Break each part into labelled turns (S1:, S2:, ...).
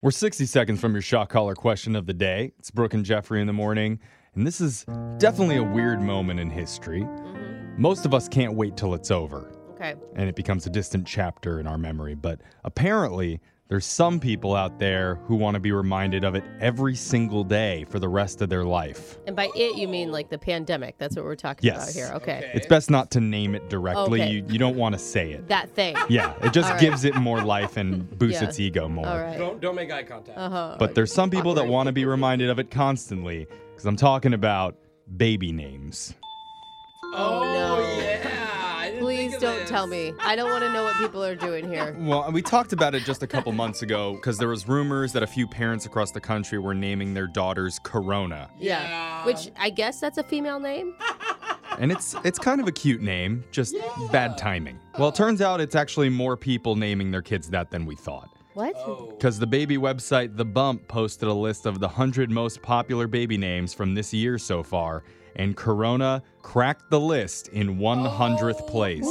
S1: We're 60 seconds from your shot caller question of the day. It's Brooke and Jeffrey in the morning, and this is definitely a weird moment in history.
S2: Mm-hmm.
S1: Most of us can't wait till it's over
S2: Okay.
S1: and it becomes a distant chapter in our memory, but apparently there's some people out there who want to be reminded of it every single day for the rest of their life.
S2: And by it, you mean like the pandemic. That's what we're talking
S1: Yes.
S2: about here. Okay.
S1: It's best not to name it directly.
S2: Okay.
S1: You you don't want to say it.
S2: That thing.
S1: Yeah, it just
S2: All right.
S1: gives it more life and boosts
S2: Yeah.
S1: its ego more.
S2: All right.
S3: Don't don't make eye contact.
S2: Uh-huh.
S1: But there's some people that want to be reminded of it constantly because I'm talking about baby names.
S3: Oh,
S2: no.
S3: yeah. I didn't think
S2: Please
S3: of
S2: don't tell
S3: this.
S2: me. I don't want to know what people are doing here.
S1: Well, we talked about it just a couple months ago because there was rumors that a few parents across the country were naming their daughters Corona,
S2: Yeah.
S3: Yeah.
S2: Which I guess that's a female name.
S1: and it's it's kind of a cute name, just bad timing. Well, it turns out it's actually more people naming their kids that than we thought.
S2: What?
S3: Oh.
S1: Because the baby website The Bump posted a list of the 100 most popular baby names from this year so far, and Corona cracked the list in 100th place.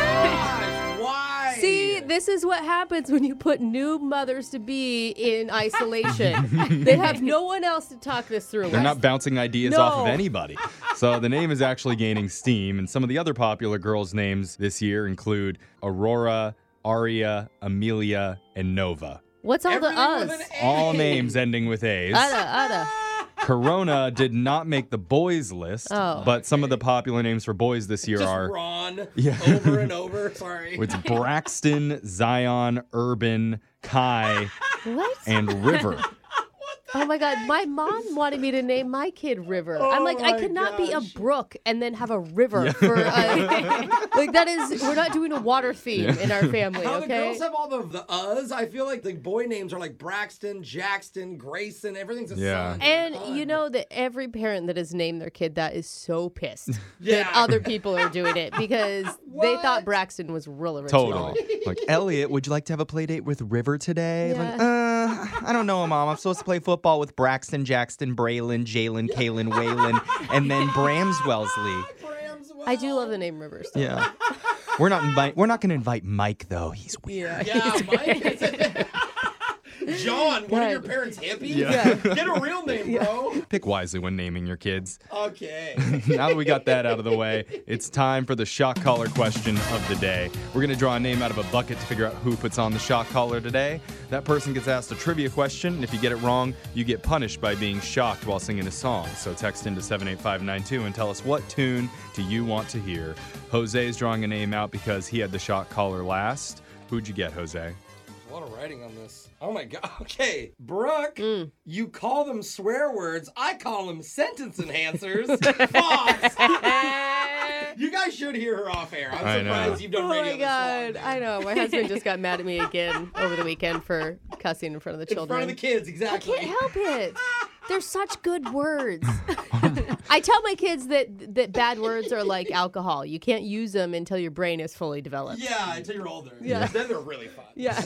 S3: Gosh, why?
S2: See, this is what happens when you put new mothers to be in isolation. they have no one else to talk this through
S1: They're
S2: with.
S1: not bouncing ideas
S2: No.
S1: off of anybody. So the name is actually gaining steam, and some of the other popular girls' names this year include Aurora, Aria, Amelia, and Nova.
S2: What's all
S3: Everything
S2: the
S3: with
S2: us?
S3: an A.
S1: All names ending with A's.
S2: Uh, Ada, Ada.
S1: Corona did not make the boys list,
S2: Oh.
S1: but some of the popular names for boys this year
S3: Just
S1: are
S3: Ron.
S1: Yeah.
S3: Over and over. Sorry.
S1: It's Braxton, Zion, Urban, Kai,
S2: What?
S1: and River.
S2: Oh my God, my mom wanted me to name my kid River. I'm
S3: Oh
S2: like, I
S3: my
S2: could not be a
S3: gosh.
S2: brook and then have a river for a, like that is we're not doing a water theme in our family,
S3: How the
S2: okay?
S3: girls have all the, the uhs. I feel like the boy names are like Braxton, Jackson, Grayson. Everything's a
S1: Yeah.
S3: son.
S2: And you know that every parent that has named their kid that is so pissed
S3: Yeah.
S2: that other people are doing it because they thought
S3: What?
S2: Braxton was real original.
S1: Totally. Like, Elliot, would you like to have a play date with River today?
S2: Like,
S1: uh, I don't know, Mom. I'm supposed to play football with Braxton, Jackson, Braylon, Jalen, Kalen, Waylon, and then Brams Wellesley.
S3: Grams well.
S2: I do love the name Rivers. though.
S1: Yeah. We're not invite we're not gonna invite Mike though. He's weird.
S3: Yeah, Mike. is- John, what are your
S2: Good.
S3: parents hippies?
S1: Yeah.
S3: Get a real name, bro.
S1: Pick wisely when naming your kids.
S3: Okay.
S1: now that we got that out of the way, it's time for the shock collar question of the day. We're going to draw a name out of a bucket to figure out who puts on the shock collar today. That person gets asked a trivia question, and if you get it wrong, you get punished by being shocked while singing a song. So text into 78592 and tell us what tune do you want to hear. Jose is drawing a name out because he had the shock collar last. Who'd you get, Jose?
S3: A lot of writing on this. Oh my god. Okay, Brooke,
S2: Mm.
S3: you call them swear words. I call them sentence enhancers. Fox. you guys should hear her off air. I'm
S1: I
S3: surprised
S1: know.
S3: you've done
S2: Oh
S3: radio
S2: my
S3: this
S2: god,
S3: long.
S2: I know. My husband just got mad at me again over the weekend for cussing in front of the
S3: In
S2: children.
S3: front of the kids,
S2: I
S3: exactly.
S2: can't help it. They're such good words. I tell my kids that that bad words are like alcohol. You can't use them until your brain is fully developed.
S3: Yeah, until you're older.
S2: Yeah.
S3: Then they're really fun.
S2: Yeah.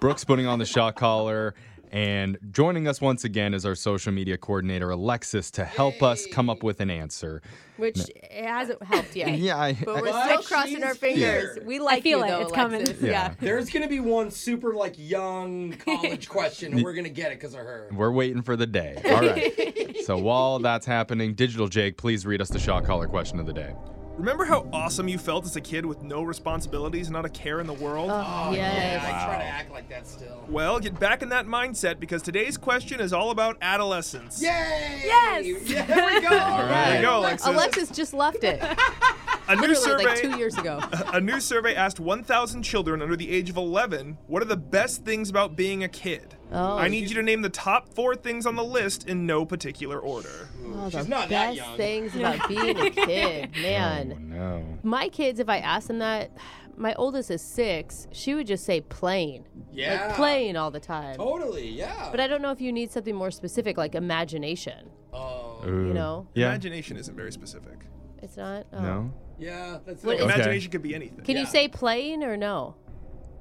S1: Brooks putting on the shock collar. And joining us once again is our social media coordinator, Alexis, to help us come up with an answer.
S2: Which it hasn't helped yet.
S1: Yeah, I,
S2: But we're
S3: But
S2: still crossing our
S3: she's
S2: fingers.
S3: here.
S2: We like
S4: I feel
S2: you
S4: it.
S2: though,
S4: It's coming.
S2: Alexis.
S4: Yeah.
S3: There's gonna be one super like young college question, and we're gonna get it because of her.
S1: We're waiting for the day. All right. so while that's happening, Digital Jake, please read us the shock collar question of the day.
S5: Remember how awesome you felt as a kid with no responsibilities, not a care in the world?
S2: Oh, yes.
S3: I try to act like that still.
S5: Well, get back in that mindset because today's question is all about adolescence.
S3: Yay!
S4: Yes!
S3: Yeah, there we go. All
S5: There you
S1: right.
S5: go, Alexis.
S2: Alexis just left it.
S5: a new
S2: Literally
S5: survey.
S2: like two years ago.
S5: A new survey asked 1,000 children under the age of 11 what are the best things about being a kid.
S2: Oh.
S5: I need you to name the top four things on the list in no particular order.
S2: Oh, the
S3: She's not that
S2: best
S3: young.
S2: things about being a kid, man.
S1: Oh, no.
S2: My kids, if I asked them that, my oldest is six. She would just say playing,
S3: Yeah.
S2: like playing all the time.
S3: Totally, yeah.
S2: But I don't know if you need something more specific, like imagination.
S3: Oh,
S2: You know,
S1: Yeah.
S5: Imagination isn't very specific.
S2: it's not. Oh.
S1: No.
S3: yeah, that's
S2: What
S3: it.
S2: is-
S5: Imagination could be anything.
S2: Can you
S3: Yeah.
S2: say playing or no?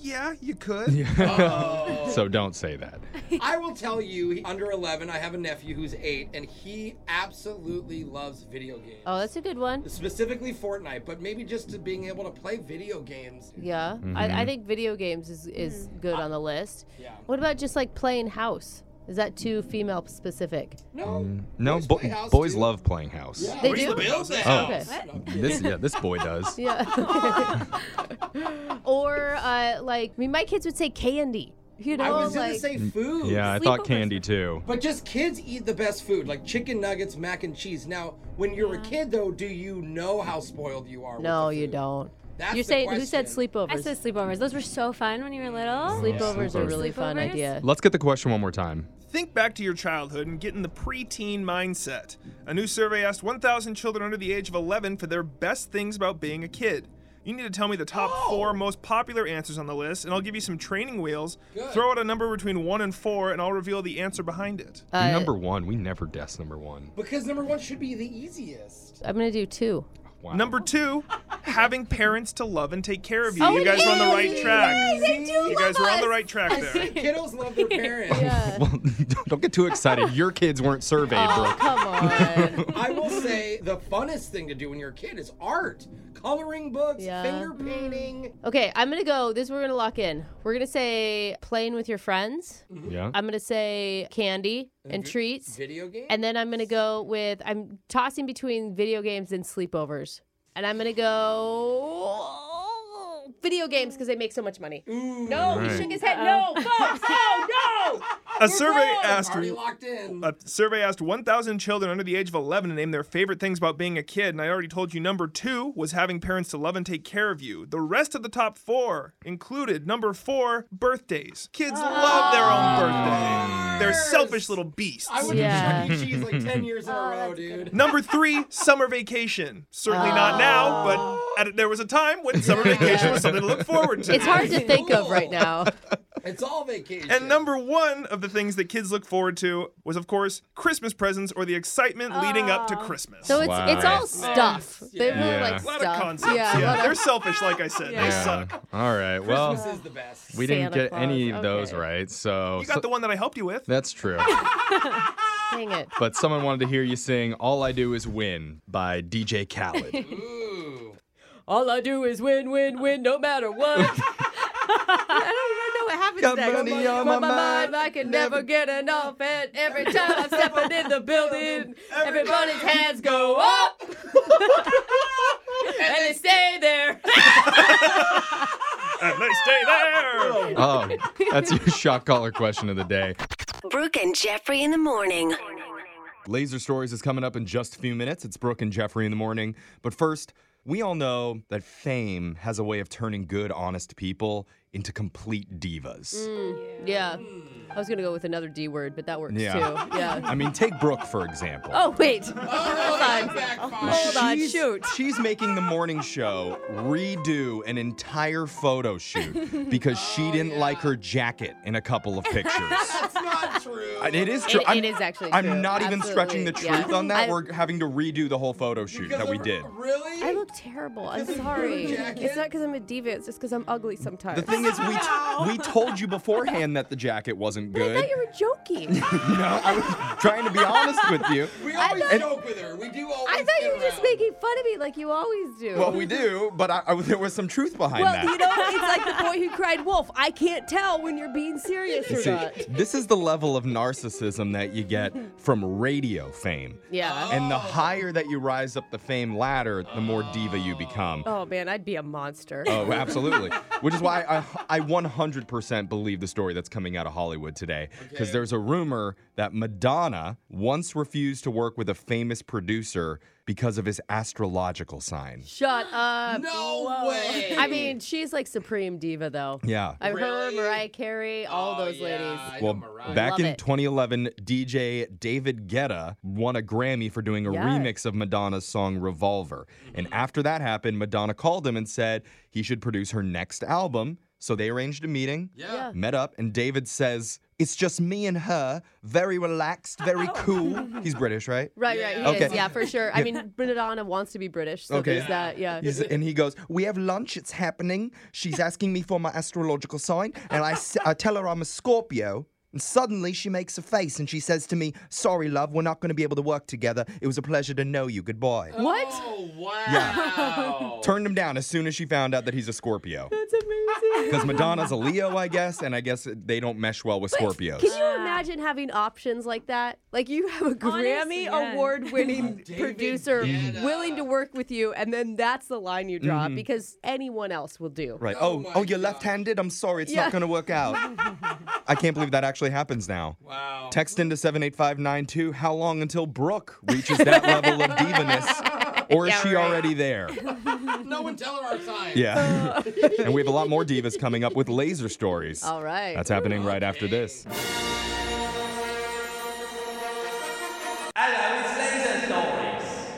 S5: Yeah, you could.
S3: Oh.
S5: Oh.
S1: so don't say that.
S3: I will tell you, he- under 11, I have a nephew who's eight, and he absolutely loves video games.
S2: Oh, that's a good one.
S3: Specifically Fortnite, but maybe just to being able to play video games.
S2: Yeah,
S1: Mm-hmm.
S2: I, I think video games is, is good on the list.
S3: Mm-hmm. Yeah.
S2: What about just like playing house? Is that too female specific?
S3: No.
S1: No,
S3: boys,
S1: bo-
S3: play house,
S1: boys
S3: dude.
S1: love playing house. Oh.
S3: Yeah.
S2: They
S3: Boys
S2: do?
S3: love Build the
S2: house.
S3: house.
S4: Okay.
S3: No,
S1: This yeah, this boy does.
S2: Yeah. or uh, like, I mean, my kids would say candy. You know,
S3: I was
S2: like
S3: gonna say food.
S1: Mm, Yeah, I thought candy too.
S3: But just kids eat the best food, like chicken nuggets, mac and cheese. Now, when you're a kid, though, do you know how spoiled you are? with
S2: no,
S3: the
S2: you
S3: food?
S2: don't.
S3: That's
S2: you
S3: the
S2: say who said
S3: question.
S2: sleepovers?
S4: I said sleepovers. Those were so fun when you were little.
S2: Oh, sleepovers are a really fun
S4: Sleepovers?
S2: idea.
S1: Let's get the question one more time.
S5: Think back to your childhood and get in the preteen mindset. A new survey asked 1,000 children under the age of 11 for their best things about being a kid. You need to tell me the top four most popular answers on the list, and I'll give you some training wheels. Throw out a number between one and four, and I'll reveal the answer behind it.
S2: Uh,
S1: number one, we never guess number one.
S3: Because number one should be the easiest.
S2: I'm gonna do two.
S1: Wow.
S5: Number two, having parents to love and take care of you.
S2: Oh,
S5: you guys were on the
S2: yeah,
S5: right
S2: yeah,
S5: track.
S2: they do
S5: you guys
S2: love
S5: were on the
S2: us.
S5: right track there.
S3: Kiddos love their parents.
S1: well, don't get too excited. Your kids weren't surveyed,
S2: Oh,
S1: Brooke.
S2: come on.
S3: I will say the funnest thing to do when you're a kid is art, coloring books,
S2: Yeah. Mm.
S3: finger painting.
S2: okay, I'm gonna go. This we're gonna lock in. We're gonna say playing with your friends.
S1: Yeah.
S2: I'm gonna say candy and treats.
S3: Mm-hmm. Video games?
S2: And then I'm gonna go with I'm tossing between video games and sleepovers. And I'm gonna go video games because they make so much money. No, he
S1: Right.
S2: shook his head. No, folks, no, no.
S5: A survey asked
S3: Already locked in.
S5: A survey asked 1,000 children under the age of 11 to name their favorite things about being a kid, and I already told you number two was having parents to love and take care of you. The rest of the top four included number four, birthdays. Kids
S3: Ah.
S5: love their own birthday. They're selfish little beasts.
S3: I went
S2: Yeah.
S3: to Chuck E. Cheese like 10 years in a row, dude.
S5: Number three, summer vacation. Certainly
S3: Ah.
S5: not now, but at, there was a time when summer vacation was something to look forward to.
S2: It's hard to think of right now.
S3: It's all vacation.
S5: And number one of the things that kids look forward to was, of course, Christmas presents or the excitement leading up to Christmas.
S2: So it's it's all
S1: Wow.
S2: stuff. They really
S1: Yeah.
S2: like
S5: a lot
S2: stuff.
S5: of concepts.
S2: Yeah,
S5: Yeah,
S2: a lot of-
S5: they're selfish, like I said. They
S1: Yeah.
S5: suck.
S1: All right. Well,
S3: Christmas is the best.
S1: we didn't
S2: Santa
S1: get any
S2: Claus,
S1: of those
S2: okay.
S1: right, so,
S5: You got
S1: so-
S5: the one that I helped you with.
S1: that's true.
S2: dang it.
S1: but someone wanted to hear you sing "All I Do Is Win" by DJ Khaled.
S3: Ooh.
S2: All I do is win, win, win, no matter what. I don't even know what happens
S1: Got
S2: next.
S1: money on
S2: But
S1: my mind,
S2: I can never get enough. And every time I'm stepping in the building, everybody's hands go up. and they stay there.
S5: And they stay there.
S1: oh, that's your shock collar question of the day.
S6: Brooke and Jeffrey in the morning.
S1: Laser Stories is coming up in just a few minutes. It's Brooke and Jeffrey in the morning. But first, we all know that fame has a way of turning good, honest people into complete divas.
S2: Mm, Yeah. Hmm. I was going to go with another D word, but that works
S1: Yeah.
S2: too. Yeah.
S1: I mean, take Brooke, for example.
S2: Oh, wait. Hold on. Hold on.
S1: She's-
S2: Shoot.
S1: She's making the morning show redo an entire photo shoot because
S2: Oh,
S1: she didn't like her jacket in a couple of pictures.
S3: That's not true.
S1: And it is
S2: It-
S1: true.
S2: it
S1: I'm-
S2: is actually
S1: I'm
S2: true.
S1: not even stretching the
S2: Absolutely.
S1: truth
S2: Yeah.
S1: on that.
S2: I-
S1: We're having to redo the whole photo shoot
S3: Because
S1: that Oh, we
S3: of-
S1: did.
S3: Really?
S2: I look terrible. I'm
S3: Because of your
S2: sorry.
S3: jacket?
S2: It's not because I'm a diva. It's just because I'm ugly sometimes.
S1: The thing is, we, we told you beforehand that the jacket wasn't
S2: I
S1: good.
S2: thought you were joking.
S1: No, I was trying to be honest with you.
S3: we always
S2: thought-
S3: joke with her. We do always.
S2: I thought
S3: kid
S2: you were just
S3: around.
S2: making fun of me like you always do.
S1: Well, we do, but I, I- there was some truth behind
S2: Well,
S1: that.
S2: you know, it's like the boy who cried wolf. I can't tell when you're being serious or not.
S1: See, this is the level of narcissism that you get from radio fame.
S2: Yeah.
S1: And the higher that you rise up the fame ladder, the more diva you become.
S2: Oh man, I'd be a monster.
S1: Oh, absolutely. Which is why I, I 100% believe the story that's coming out of Hollywood today. Because there's a rumor that Madonna once refused to work with a famous producer because of his astrological sign.
S2: Shut up.
S3: No way.
S2: I mean, she's like supreme diva though.
S1: Yeah.
S2: I heard
S3: Really?
S2: Mariah Carey, all
S3: Oh,
S2: those
S3: yeah, I
S2: ladies.
S3: know
S1: Well,
S3: Mariah.
S1: back
S2: Love
S1: in
S2: it.
S1: 2011, DJ David Guetta won a Grammy for doing a
S2: Yeah.
S1: remix of Madonna's song Revolver. And
S3: Mm-hmm.
S1: after that happened, Madonna called him and said he should produce her next album. So they arranged a meeting,
S3: Yeah.
S1: met up, and David says, It's just me and her, very relaxed, very cool. He's British, right?
S2: Right, right. He
S1: Okay.
S2: is. Yeah, for sure. I mean, Britannia wants to be British, so
S1: Okay.
S2: there's that. Yeah.
S1: He's- and he goes, We have lunch, it's happening. She's asking me for my astrological sign, and I, s- I tell her I'm a Scorpio. And suddenly she makes a face and she says to me, Sorry, love, we're not going to be able to work together. It was a pleasure to know you. Goodbye.
S2: What?
S3: Oh wow!
S1: Turned him down as soon as she found out that he's a Scorpio.
S2: That's amazing.
S1: Because Madonna's a Leo, I guess, and I guess they don't mesh well with Scorpios.
S2: Can you imagine having options like that? Like you have a Grammy
S4: yeah.
S2: award winning producer
S3: Guetta.
S2: willing to work with you, and then that's the line you drop because anyone else will do.
S1: Mm-hmm. Right.
S3: Oh
S1: Oh,
S3: my
S1: oh, you're
S3: God.
S1: left-handed. I'm sorry, it's
S2: Yeah.
S1: not gonna work out. I can't believe that actually happens now.
S3: wow.
S1: Text into seven eight five nine two. How long until Brooke reaches that level of divaness, or is
S2: Yeah,
S1: she
S2: right.
S1: already there?
S3: no one tell her our sign.
S1: Yeah. and we have a lot more divas coming up with laser stories.
S2: All right.
S1: That's happening right after this.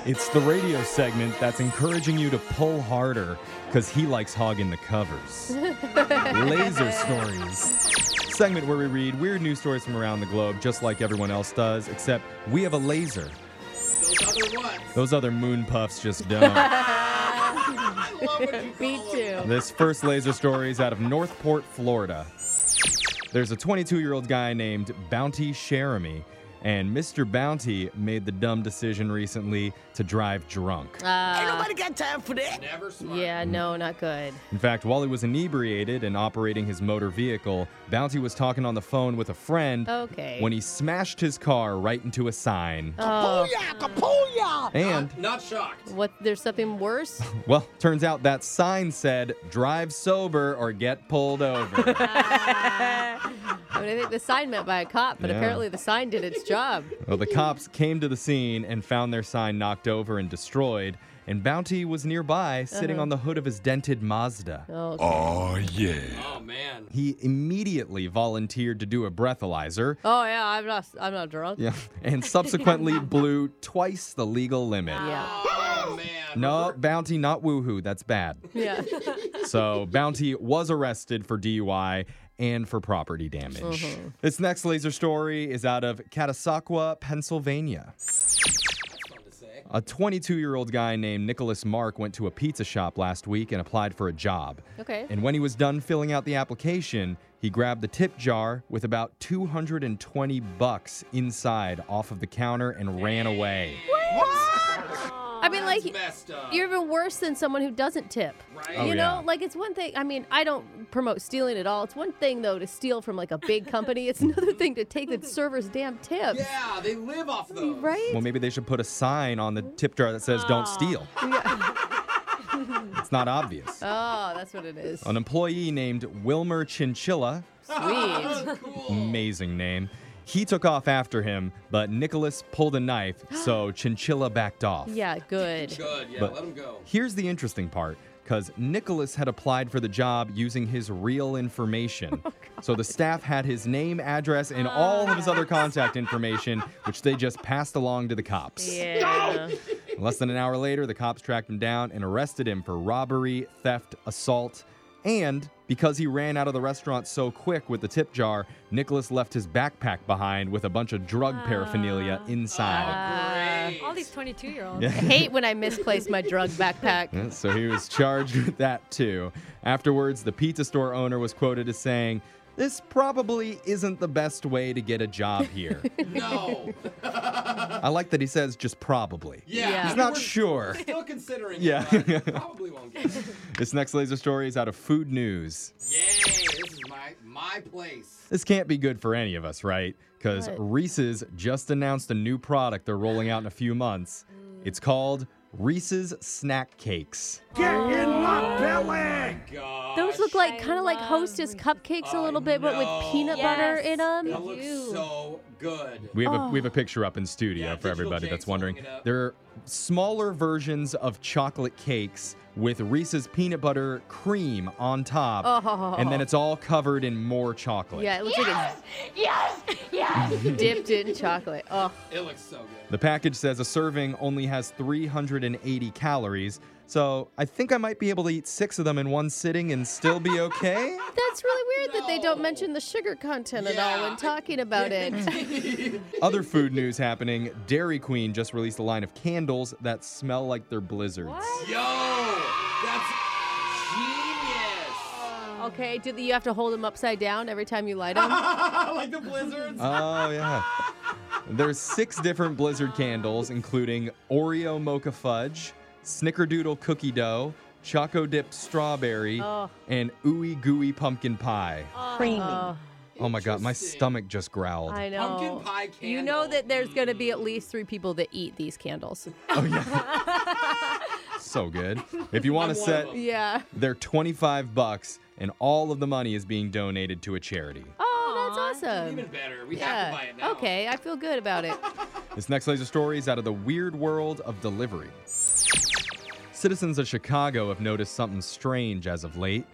S1: It's the radio segment that's encouraging you to pull harder because he likes hogging the covers. Laser Stories. Segment where we read weird news stories from around the globe, just like everyone else does, except we have a laser.
S3: Those other ones.
S1: Those other moon puffs just don't.
S3: I love what you
S2: Me
S3: call them.
S2: too.
S1: This first laser story is out of Northport, Florida. There's a 22 year old guy named Bounty Sheremy, and Mr. Bounty made the dumb decision recently to drive drunk.
S2: Uh,
S3: Never smart.
S2: yeah, no, not good.
S1: In fact, while he was inebriated and operating his motor vehicle, Bounty was talking on the phone with a friend
S2: Okay.
S1: when he smashed his car right into a sign.
S2: Oh,
S1: And,
S3: Not shocked.
S2: what? There's something worse?
S1: well, turns out that sign said, drive sober or get pulled over.
S2: I mean, I think the sign meant by a cop, but
S1: Yeah.
S2: apparently the sign did its job.
S1: Well, the cops came to the scene and found their sign knocked over and destroyed, and Bounty was nearby, sitting on the hood of his dented Mazda.
S2: Uh-huh. Oh,
S3: Oh man.
S1: He immediately volunteered to do a breathalyzer.
S2: oh yeah, I'm not. I'm not drunk.
S1: Yeah, and subsequently blew twice the legal limit.
S2: Yeah.
S3: Oh man.
S1: No, Bounty, not woohoo. That's bad.
S2: Yeah.
S1: So Bounty was arrested for DUI and for property damage. This next laser story is out of Catasauqua, Pennsylvania. A 22 year old guy named Nicholas Mark went to a pizza shop last week and applied for a job.
S2: Okay.
S1: And when he was done filling out the application, he grabbed the tip jar with about 220 bucks inside off of the counter and ran away.
S2: I mean, like,
S3: Messed up.
S2: you're even worse than someone who doesn't tip.
S3: Right.
S1: Oh,
S2: you
S1: yeah.
S2: know, like it's one thing. I mean, I don't promote stealing at all. It's one thing though to steal from like a big company. It's another thing to take the server's damn tips.
S3: Yeah, they live off those.
S2: Right?
S1: Well, maybe they should put a sign on the tip jar that says, don't steal. it's not obvious.
S2: Oh, that's what it is.
S1: An employee named Wilmer Chinchilla,
S2: Sweet.
S1: amazing name, he took off after him, but Nicholas pulled a knife, so Chinchilla backed off.
S2: yeah, good.
S3: Good. Yeah,
S1: But-
S3: let them go.
S1: Here's the interesting part because Nicholas had applied for the job using his real information.
S3: Oh,
S1: so the staff had his name, address, and all of his other contact information, which they just passed along to the cops.
S2: Yeah.
S1: Less than an hour later, the cops tracked him down and arrested him for robbery, theft, assault, and because he ran out of the restaurant so quick with the tip jar, Nicholas left his backpack behind with a bunch of drug paraphernalia inside.
S3: Great.
S4: All these 22 year olds.
S2: Uh, I hate when I misplace my drug backpack.
S1: Yeah, So he was charged with that too. Afterwards, the pizza store owner was quoted as saying, This probably isn't the best way to get a job here.
S3: no.
S1: I like that he says just probably.
S3: Yeah.
S2: Yeah.
S1: He's not
S3: We're
S1: sure.
S3: Still considering.
S1: Yeah.
S3: It, but probably won't get. It.
S1: This next laser story is out of Food News.
S3: Yay! This is my my place.
S1: This can't be good for any of us, right? Because
S2: What?
S1: Reese's just announced a new product they're rolling out in a few months. It's called Reese's Snack Cakes.
S3: Gosh.
S2: Oh. Those look like
S4: I
S2: kind of like
S4: love
S2: Hostess cupcakes a little bit, but with
S3: know.
S2: peanut
S4: Yes.
S2: butter in them.
S3: That looks so good.
S1: We
S2: Oh.
S1: have, a, we have a picture up in studio
S3: Yeah,
S1: for
S3: digital
S1: everybody
S3: Jake's
S1: that's wondering.
S3: holding it up.
S1: They're smaller versions of chocolate cakes with Reese's peanut butter cream on top.
S2: Oh.
S1: And then it's all covered in more chocolate.
S2: Yeah, it looks like it's yes, yes, dipped in chocolate. Oh,
S3: It looks so good.
S1: The package says a serving only has 380 calories, so I think I might be able to eat six of them in one sitting and still be okay?
S2: That's really weird that they don't mention the sugar content at all when
S3: Yeah.
S2: talking about it.
S1: Other food news happening Dairy Queen just released a line of candles that smell like they're blizzards.
S4: What?
S3: Yo, that's genius.
S2: Okay, do the, you have to hold them upside down every time you light them?
S3: like the blizzards.
S1: Oh, yeah. There's six different blizzard candles, including Oreo mocha fudge, snickerdoodle cookie dough, choco dip strawberry,
S2: Oh.
S1: and ooey gooey pumpkin pie.
S2: Oh,
S1: Oh my god, my
S3: Interesting.
S1: stomach just growled.
S2: I know.
S3: Pumpkin pie candle.
S2: You know that there's going to be at least three people that eat these candles.
S1: Oh yeah. so good. If you want
S3: I'm
S1: a
S3: one
S1: set,
S3: of them.
S2: yeah.
S1: they're 25 bucks and all of the money is being donated to a charity.
S2: Oh, that's
S4: Aw.
S2: awesome.
S3: Even better. We have to buy
S2: Yeah.
S3: it now.
S2: Okay, I feel good about it.
S1: This next laser story is out of the weird world of delivery. Citizens of Chicago have noticed something strange as of late.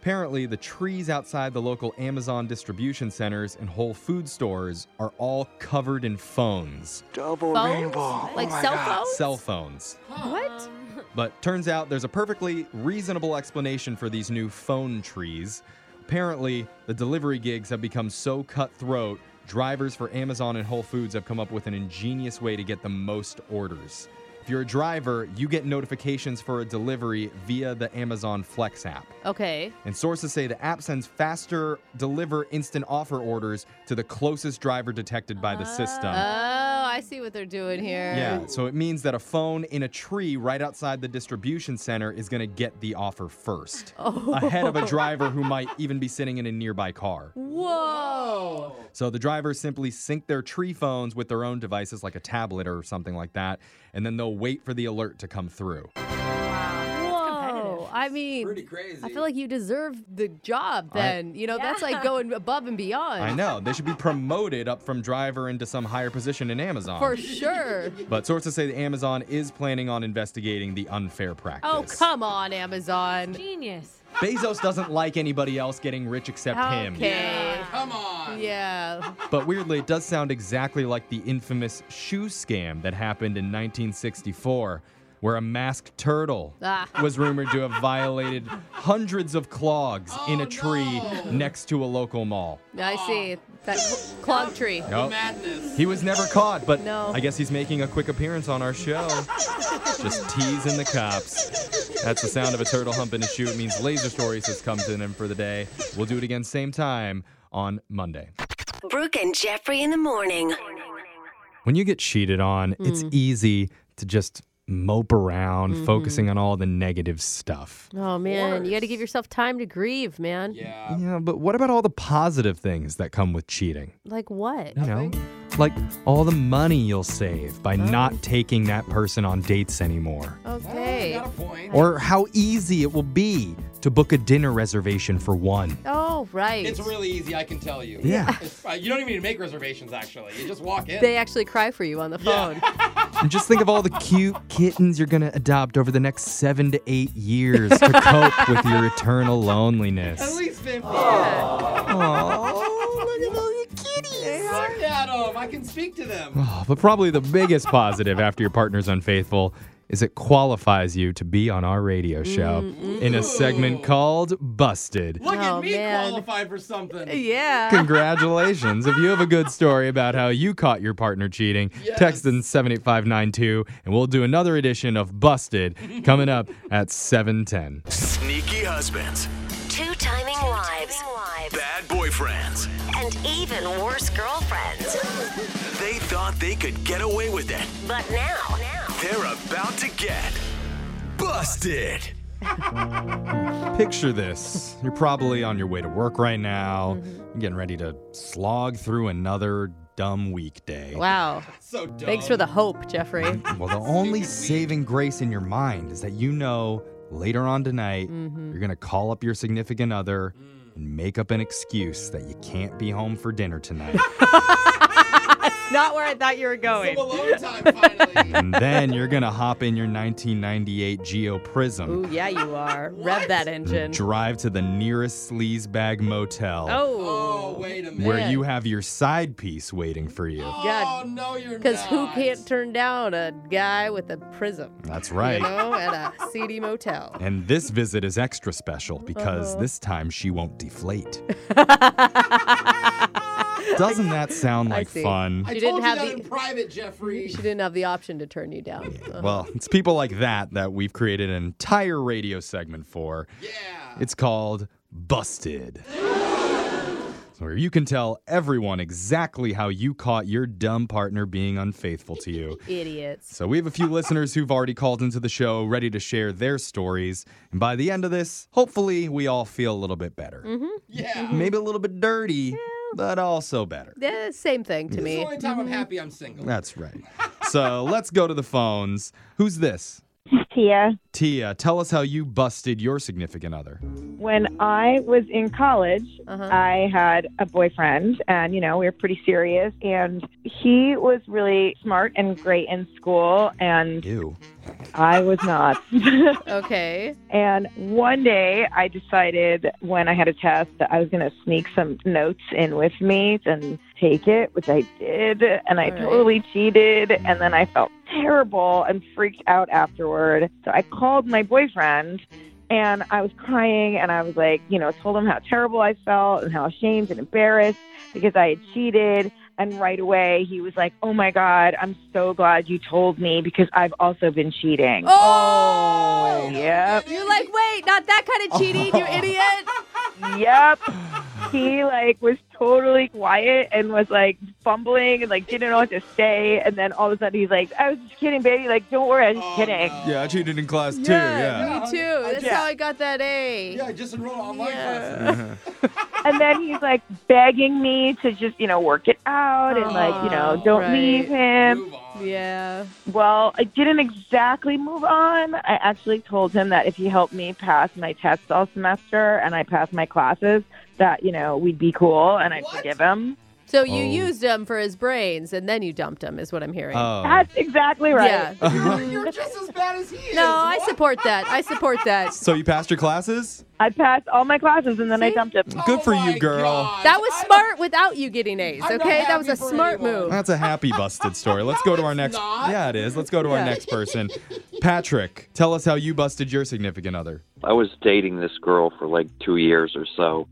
S1: Apparently, the trees outside the local Amazon distribution centers and Whole Food stores are all covered in phones,
S2: Phones?
S1: Oh
S2: Like cell phones?
S1: cell phones.
S2: What?
S1: But turns out there's a perfectly reasonable explanation for these new phone trees. Apparently, the delivery gigs have become so cutthroat, drivers for Amazon and Whole Foods have come up with an ingenious way to get the most orders. If you're a driver, you get notifications for a delivery via the Amazon Flex app.
S2: Okay.
S1: And sources say the app sends faster deliver instant offer orders to the closest driver detected by the system.
S2: Oh, I see what they're doing here.
S1: Yeah, so it means that a phone in a tree right outside the distribution center is going to get the offer first,
S2: Oh.
S1: ahead of a driver who might even be sitting in a nearby car.
S2: Whoa.
S1: So the drivers simply sync their tree phones with their own devices, like a tablet or something like that, and then they'll wait for the alert to come through.
S2: Whoa. I mean,
S3: Pretty crazy.
S2: I feel like you deserve the job
S1: I-
S2: then. you know, that's like going above and beyond.
S1: I know, they should be promoted up from driver into some higher position in Amazon.
S2: For sure.
S1: But sources say that Amazon is planning on investigating the unfair practice.
S2: Oh, come on, Amazon.
S4: Genius.
S1: Bezos doesn't like anybody else getting rich except him.
S2: Okay.
S3: Come on.
S2: Yeah.
S1: But weirdly, it does sound exactly like the infamous shoe scam that happened in 1964, where a masked turtle
S2: Ah.
S1: was rumored to have violated hundreds of clogs in
S3: Oh,
S1: a tree
S3: no.
S1: next to a local mall.
S2: I see. That cl- clog tree.
S1: Oh,
S3: Madness.
S1: He was never caught, but
S2: No.
S1: I guess he's making a quick appearance on our show. Just teasing the cops. That's the sound of a turtle humping a shoe. It means Laser Stories has come to an end for the day. We'll do it again same time on Monday.
S6: Brooke and Jeffrey in the morning.
S1: When you get cheated on, it's easy to just mope around, focusing on all the negative stuff.
S2: Oh, man. You got to give
S3: Worse.
S2: yourself time to grieve, man.
S3: Yeah.
S1: Yeah, but what about all the positive things that come with cheating?
S2: Like what?
S1: You know, like all the money you'll save by not taking that person on dates anymore.
S2: Okay.
S3: Got a point.
S1: Or how easy it will be to book a dinner reservation for one.
S2: Oh, right.
S3: It's really easy, I can tell you.
S1: Yeah.
S3: It's, uh, you don't even need to make reservations, actually. You just walk in.
S2: They actually cry for you on the phone.
S1: And just think of all the cute kittens you're going to adopt over the next seven to eight years to cope with your eternal loneliness.
S3: At least 50.
S1: Oh, look at those kitties.
S3: Look at 'em. I can speak to them.
S1: Oh, but probably the biggest positive after your partner's unfaithful is it qualifies you to be on our radio show in a segment called Busted.
S3: Look
S2: Oh,
S3: at me
S2: man.
S3: qualified for something.
S2: yeah.
S1: Congratulations. if you have a good story about how you caught your partner cheating, text in 78592 and we'll do another edition of Busted coming up at 710.
S7: Sneaky husbands,
S6: Two timing wives.
S7: bad boyfriends.
S6: And even worse girlfriends.
S7: They thought they could get away with it.
S6: But now,
S7: They're about to get busted.
S1: Picture this. You're probably on your way to work right now, You're getting ready to slog through another dumb weekday.
S2: Wow.
S3: So dumb.
S2: Thanks for the hope, Jeffrey.
S1: Well, the only saving grace in your mind is that you know later on tonight you're going to call up your significant other and make up an excuse that you can't be home for dinner tonight.
S8: That's not where I thought you were going.
S3: Alone time finally.
S1: and then you're gonna hop in your 1998 Geo Prism,
S8: Ooh, yeah, you are. Rev that engine.
S1: drive to the nearest sleazebag motel,
S3: Oh
S8: Oh.
S3: wait a minute.
S1: where
S2: man.
S1: you have your side piece waiting for you.
S3: Oh
S2: God.
S3: no, you're not.
S2: Because who can't turn down a guy with a prism?
S1: That's
S2: You
S1: right.
S2: know, at a seedy motel.
S1: And this visit is extra special because this time she won't deflate. Doesn't that sound like
S2: see.
S1: fun?
S3: I
S2: You
S3: told
S2: didn't
S3: you
S2: have
S3: that
S2: the-
S3: in private, Jeffrey.
S2: She didn't have the option to turn you down. Uh,
S1: Well, it's people like that that we've created an entire radio segment for.
S3: Yeah.
S1: It's called Busted. Where you can tell everyone exactly how you caught your dumb partner being unfaithful to you.
S2: idiots.
S1: So we have a few listeners who've already called into the show, ready to share their stories. And by the end of this, hopefully, we all feel a little bit better.
S9: Mm-hmm.
S2: Mm-hmm.
S3: Yeah.
S1: Maybe a little bit dirty, but also better.
S2: Eh, same thing to
S3: It's the
S2: me.
S3: only time I'm happy I'm single.
S1: That's right. So let's go to the phones. Who's this?
S9: Tia.
S1: Tia, tell us how you busted your significant other.
S9: When I was in college, I had a boyfriend, and you know we were pretty serious. And he was really smart and great in school, and
S1: Ew.
S9: I was not.
S2: Okay.
S9: and one day, I decided when I had a test that I was going to sneak some notes in with me and take it, which I did, and I
S2: All right.
S9: totally cheated. And then I felt terrible and freaked out afterward. So I called my boyfriend and I was crying and I was like, you know, told him how terrible I felt and how ashamed and embarrassed because I had cheated. And right away, he was like, oh my God, I'm so glad you told me because I've also been cheating.
S2: Oh.
S9: Yep.
S2: You're like, wait, not that kind of cheating, you idiot.
S9: Yep. He like was totally quiet and was like fumbling and like didn't know what to say. And then all of a sudden he's like, I was just kidding, baby. Like, don't worry, I was just
S3: Oh,
S9: kidding.
S3: no.
S1: Yeah, I cheated in class too. Yeah.
S2: Yeah, me too. That's
S9: Yeah.
S2: how I got that A.
S3: Yeah, I just enrolled in online
S2: Yeah.
S3: classes.
S2: Uh-huh.
S9: And then he's like begging me to just, you know, work it out and like, you know,
S2: Oh,
S9: don't
S2: right.
S9: leave him.
S3: Move on.
S2: Yeah.
S9: Well, I didn't exactly move on. I actually told him that if he helped me pass my tests all semester and I passed my classes, that, you know, we'd be cool and I'd
S3: What?
S9: forgive him.
S2: So you
S1: Oh.
S2: used him for his brains, and then you dumped him, is what I'm hearing.
S1: Oh.
S9: That's exactly right.
S2: Yeah.
S3: You're, you're just as bad as he is.
S2: No, I
S3: What?
S2: support that. I support that.
S1: So you passed your classes?
S9: I passed all my classes and then I
S2: See?
S9: dumped him.
S1: Good for
S3: Oh
S1: you,
S3: my
S1: girl.
S3: gosh.
S2: That was
S3: I'm-
S2: smart without you getting A's,
S3: I'm not
S2: okay? That was a
S3: happy for
S2: smart
S3: anyone.
S2: move.
S1: That's a happy busted story. Let's go to our next.
S3: not.
S1: Yeah, it is. Let's go to our
S2: Yeah.
S1: next person. Patrick, tell us how you busted your significant other.
S10: I was dating this girl for like two years or so,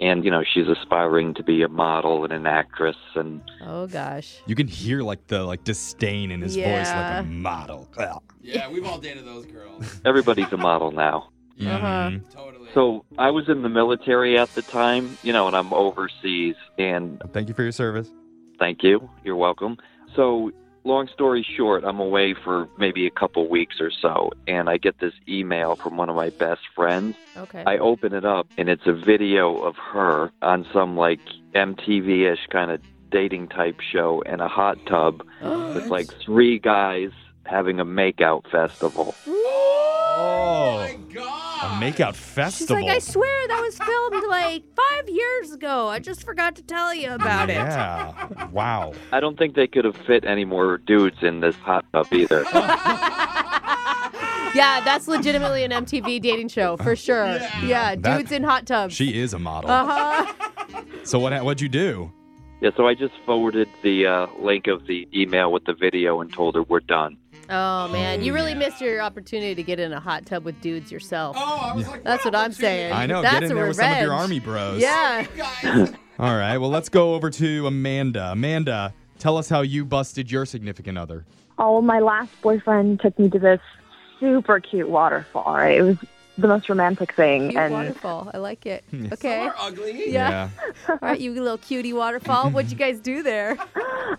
S10: and you know she's aspiring to be a model and an actress, and
S2: Oh, gosh.
S1: You can hear like the like disdain in his voice,
S2: Yeah.
S1: like a model. Ugh.
S3: Yeah, we've all dated those girls.
S10: everybody's a model now.
S2: Uh-huh.
S1: Mhm.
S3: Totally.
S10: So I was in the military at the time, you know, and I'm overseas, and
S1: Thank you for your service.
S10: thank you, you're welcome. So long story short, I'm away for maybe a couple weeks or so, and I get this email from one of my best friends.
S2: Okay.
S10: I open it up, and it's a video of her on some like MTV ish kind of dating type show in a hot tub. with like three guys having a makeout festival.
S1: Oh,
S3: my God.
S1: a makeout
S2: She's
S1: festival.
S2: like, I swear that was filmed like five years ago. I just forgot to tell you about it.
S1: yeah. Wow.
S10: I don't think they could have fit any more dudes in this hot tub either.
S2: Yeah, that's legitimately an MTV dating show for sure. Yeah,
S1: That-
S2: dudes in hot tubs.
S1: She is a model.
S2: uh huh.
S1: So what? What'd you do?
S10: yeah, so I just forwarded the uh, link of the email with the video and told her we're done.
S2: Oh man, you really missed your opportunity to get in a hot tub with dudes yourself.
S3: Oh, I was like,
S2: That's what I'm saying.
S1: I know.
S2: That's
S1: get in there
S2: revenge.
S1: with some of your army bros.
S2: Yeah.
S3: Guys,
S1: All right. Well, let's go over to Amanda. Amanda, tell us how you busted your significant other.
S9: Oh, my last boyfriend took me to this super cute waterfall. Right? It was the most romantic thing.
S2: Cute
S9: and
S2: waterfall. I like it. Okay.
S3: we're ugly.
S2: Yeah. All right, you little cutie waterfall. What'd you guys do there?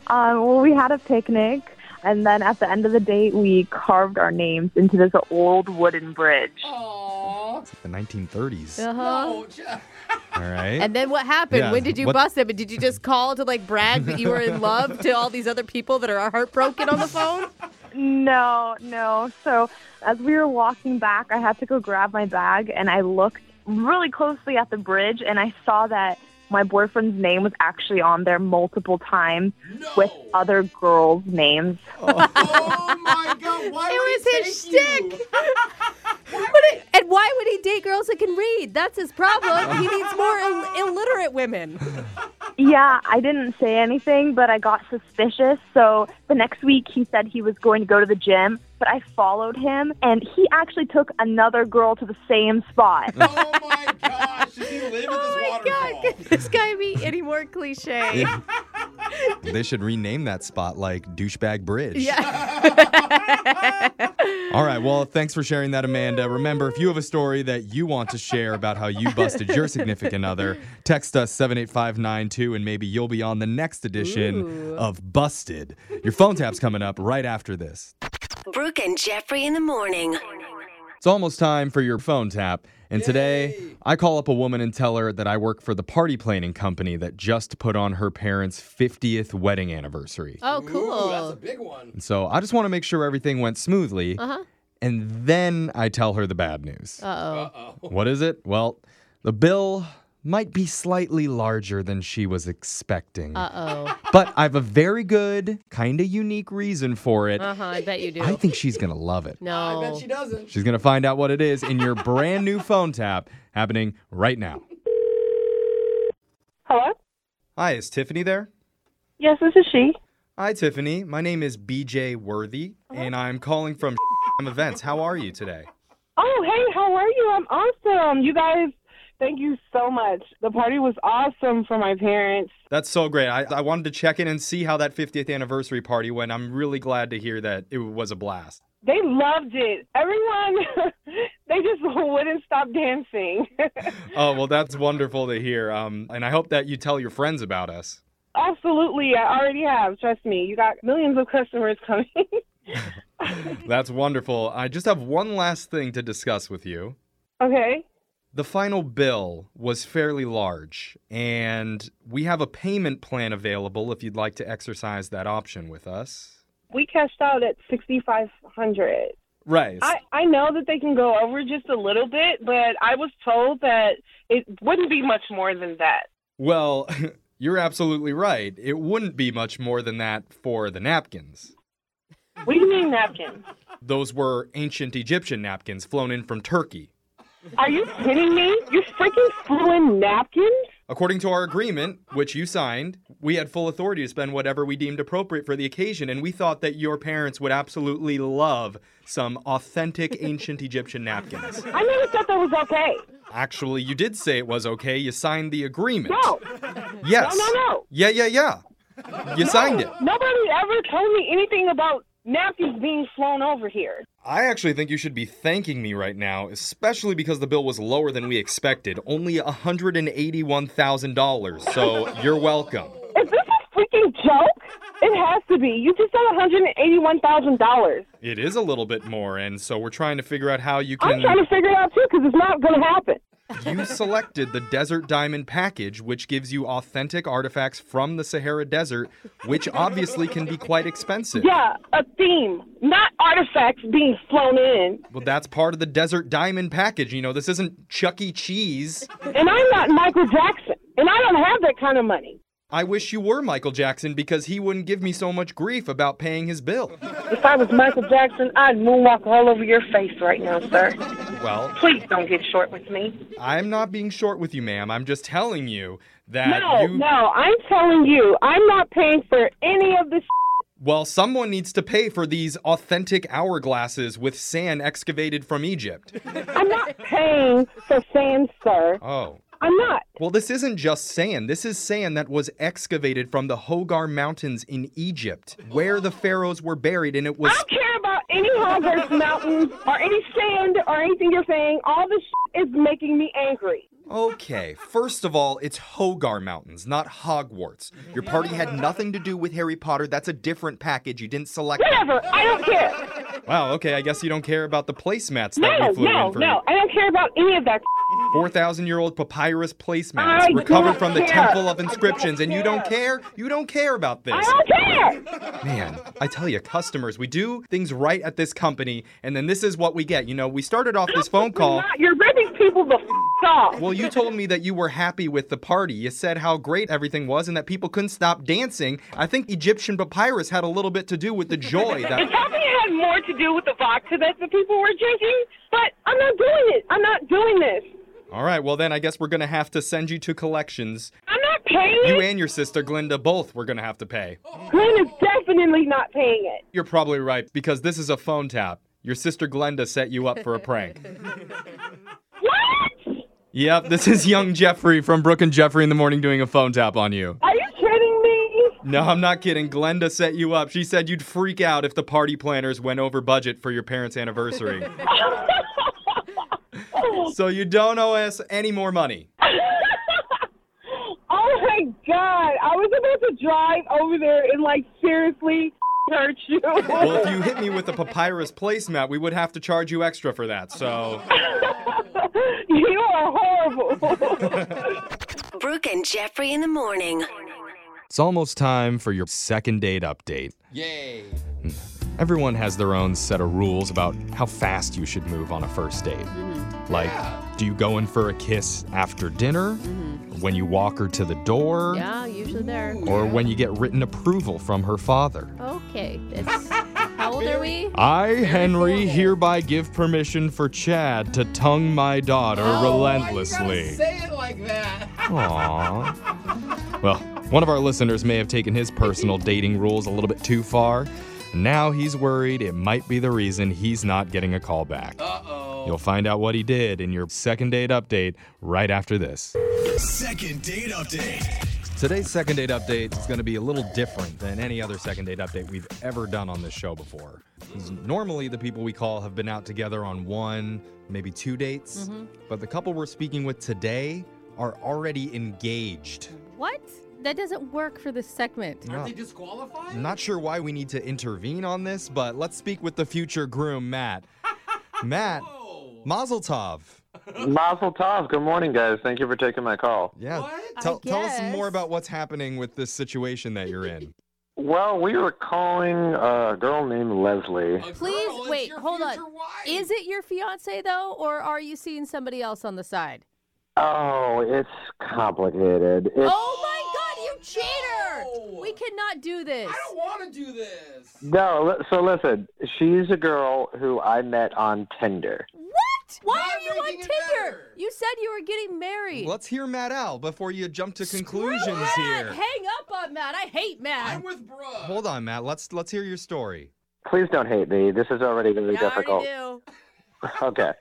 S9: um, well, we had a picnic, and then at the end of the date, we carved our names into this old wooden bridge.
S2: Uh-huh.
S3: Aww.
S1: The 1930s.
S2: Uh huh.
S3: No, Jeff.
S1: All right.
S2: And then what happened?
S1: Yeah,
S2: When did you
S1: what-
S2: bust him? And did you just call to like brag that you were in love to all these other people that are heartbroken on the phone?
S9: No, no. So as we were walking back, I had to go grab my bag, and I looked really closely at the bridge, and I saw that my boyfriend's name was actually on there multiple times with other girls' names.
S2: Oh it was his shtick. But it- and why would he date girls that can read? That's his problem. He needs more Ill- illiterate women.
S9: Yeah, I didn't say anything, but I got suspicious. So the next week, he said he was going to go to the gym, but I followed him, and he actually took another girl to the same spot.
S2: Oh my god, could this guy be any more cliche?
S1: Yeah. they should rename that spot like Douchebag Bridge.
S2: Yeah.
S1: All right. Well, thanks for sharing that, Amanda. Remember, if you have a story that you want to share about how you busted your significant other, text us 78592 and maybe you'll be on the next edition of Busted. Your phone tap's coming up right after this.
S6: Brooke and Jeffrey in the morning.
S1: It's almost time for your phone tap. And today, I call up a woman and tell her that I work for the party planning company that just put on her parents' 50th wedding anniversary.
S2: oh, cool. that's a
S3: big one.
S1: And so I just want to make sure everything went smoothly.
S2: Uh huh.
S1: And then I tell her the bad news.
S2: Uh oh.
S1: What is it? Well, the bill might be slightly larger than she was expecting.
S2: Uh oh.
S1: but I have a very good, kind of unique reason for it.
S2: Uh huh. I bet you do.
S1: I think she's going to love it.
S2: no.
S3: I bet she doesn't.
S1: She's going to find out what it is in your brand new phone tap happening right now.
S9: Hello?
S1: Hi, is Tiffany there?
S9: Yes, this is she.
S1: Hi, Tiffany. My name is BJ Worthy, and I'm calling from Events. How are you today?
S11: Oh, hey, how are you? I'm awesome. You guys, thank you so much. The party was awesome for my parents.
S1: That's so great. I, I wanted to check in and see how that 50th anniversary party went. I'm really glad to hear that it was a blast.
S11: They loved it. Everyone, they just wouldn't stop dancing.
S1: Oh, well, that's wonderful to hear. Um, and I hope that you tell your friends about us.
S11: Absolutely. I already have. Trust me. You got millions of customers coming.
S1: That's wonderful. I just have one last thing to discuss with you.
S11: okay.
S1: The final bill was fairly large, and we have a payment plan available if you'd like to exercise that option with us.
S11: We cashed out at 6500
S1: Right.
S11: I, I know that they can go over just a little bit, but I was told that it wouldn't be much more than that.
S1: Well, you're absolutely right. It wouldn't be much more than that for the napkins.
S11: What do you mean napkins?
S1: Those were ancient Egyptian napkins flown in from Turkey.
S11: Are you kidding me? You freaking flew in napkins?
S1: According to our agreement, which you signed, we had full authority to spend whatever we deemed appropriate for the occasion, and we thought that your parents would absolutely love some authentic ancient Egyptian napkins.
S11: I never thought that was okay.
S1: Actually, you did say it was okay. You signed the agreement.
S11: No.
S1: Yes.
S11: No, no, no.
S1: Yeah, yeah, yeah. You signed it.
S11: Nobody ever told me anything about napkins being flown over here.
S1: I actually think you should be thanking me right now, especially because the bill was lower than we expected only $181,000. So you're welcome.
S11: Is this a freaking joke? It has to be. You just said $181,000.
S1: It is a little bit more, and so we're trying to figure out how you
S11: I'm trying
S1: can.
S11: to figure it out too because it's not going to happen.
S1: You selected the Desert Diamond package, which gives you authentic artifacts from the Sahara Desert, which obviously can be quite expensive.
S11: Yeah, a theme, not artifacts being flown in.
S1: Well, that's part of the Desert Diamond package. You know, this isn't Chuck E. Cheese.
S11: And I'm not Michael Jackson, and I don't have that kind of money.
S1: I wish you were Michael Jackson because he wouldn't give me so much grief about paying his bill.
S11: If I was Michael Jackson, I'd moonwalk all over your face right now, sir.
S1: Well,
S11: Please don't get short with me.
S1: I'm not being short with you, ma'am. I'm just telling you that
S11: No,
S1: you.
S11: no, I'm telling you, I'm not paying for any of this.
S1: Well, someone needs to pay for these authentic hourglasses with sand excavated from Egypt.
S11: I'm not paying for sand, sir.
S1: Oh.
S11: I'm not.
S1: Well, this isn't just sand. This is sand that was excavated from the Hogar Mountains in Egypt, where the pharaohs were buried, and it was.
S11: I don't care about any Hogwarts mountains or any sand or anything you're saying. All this is making me angry.
S1: Okay, first of all, it's Hogar Mountains, not Hogwarts. Your party had nothing to do with Harry Potter. That's a different package. You didn't select.
S11: Whatever. I don't care.
S1: Wow, okay, I guess you don't care about the placemats that
S11: No,
S1: we flew
S11: no,
S1: in for
S11: no. I don't care about any of that.
S1: 4,000 year old papyrus placemats
S11: I do
S1: recovered
S11: not
S1: from the
S11: care.
S1: Temple of Inscriptions, and you don't care? You don't care about this.
S11: I don't care.
S1: Man, I tell you, customers, we do things right at this company, and then this is what we get. You know, we started off this phone call.
S11: You're ripping people the f- stop.
S1: Well, you told me that you were happy with the party. You said how great everything was and that people couldn't stop dancing. I think Egyptian papyrus had a little bit to do with the joy
S11: It
S1: that.
S11: probably had more to do with the vodka that the people were drinking, but I'm not doing it. I'm not doing this.
S1: All right, well, then I guess we're going to have to send you to collections.
S11: I'm not paying
S1: You
S11: it.
S1: and your sister, Glinda, both we're going to have to pay.
S11: Glenn is definitely not paying it.
S1: You're probably right because this is a phone tap. Your sister Glenda set you up for a prank.
S11: What?
S1: Yep, this is young Jeffrey from Brooke and Jeffrey in the morning doing a phone tap on you.
S11: Are you kidding me?
S1: No, I'm not kidding. Glenda set you up. She said you'd freak out if the party planners went over budget for your parents' anniversary. so you don't owe us any more money.
S11: Oh my god! I was about to drive over there and like seriously hurt you.
S1: Well, if you hit me with a papyrus placemat, we would have to charge you extra for that. So
S11: you are horrible.
S6: Brooke and Jeffrey in the morning.
S1: it's almost time for your second date update.
S3: Yay.
S1: Everyone has their own set of rules about how fast you should move on a first date. Like, do you go in for a kiss after dinner? When you walk her to the door?
S2: Yeah, usually there.
S1: Or when you get written approval from her father?
S2: Okay. That's, how old are we?
S1: I, Henry, hereby give permission for Chad to tongue my daughter
S3: Oh,
S2: Oh,
S1: relentlessly.
S3: Say it like that.
S1: Aww. Well, one of our listeners may have taken his personal dating rules a little bit too far. Now he's worried it might be the reason he's not getting a call back. Uh-oh. You'll find out what he did in your second date update right after this.
S12: Second date update.
S1: Today's second date update is going to be a little different than any other second date update we've ever done on this show before. 'Cause Normally, the people we call have been out together on one, maybe two dates, but the couple we're speaking with today are already engaged.
S2: What? That doesn't work for this segment.
S1: Aren't No. they
S3: disqualified?
S1: I'm not sure why we need to intervene on this, but let's speak with the future groom, Matt. Matt, Mazel Tov.
S13: Mazel tov. Good morning, guys. Thank you for taking my call.
S1: Yeah. Tell, tell us some more about what's happening with this situation that you're in.
S13: Well, we were calling a girl named Leslie.
S2: Please
S3: Oh,
S2: wait, hold on. Is it your fiance though, or are you seeing somebody else on the side?
S13: Oh, it's complicated. It's,
S2: oh my god, you cheater! We cannot do this. I don't
S3: want to do this.
S13: No, li- so listen, she's a girl who I met on Tinder.
S2: What? Why are you on Tinder? You said you were getting married.
S1: Let's hear Matt Al before you jump to conclusions
S2: Matt,
S1: here.
S2: Hang up on Matt. I hate Matt. I'm
S3: with Brooke.
S1: Hold on, Matt. Let's let's hear your story.
S13: Please don't hate me. This is already going to be difficult. Okay.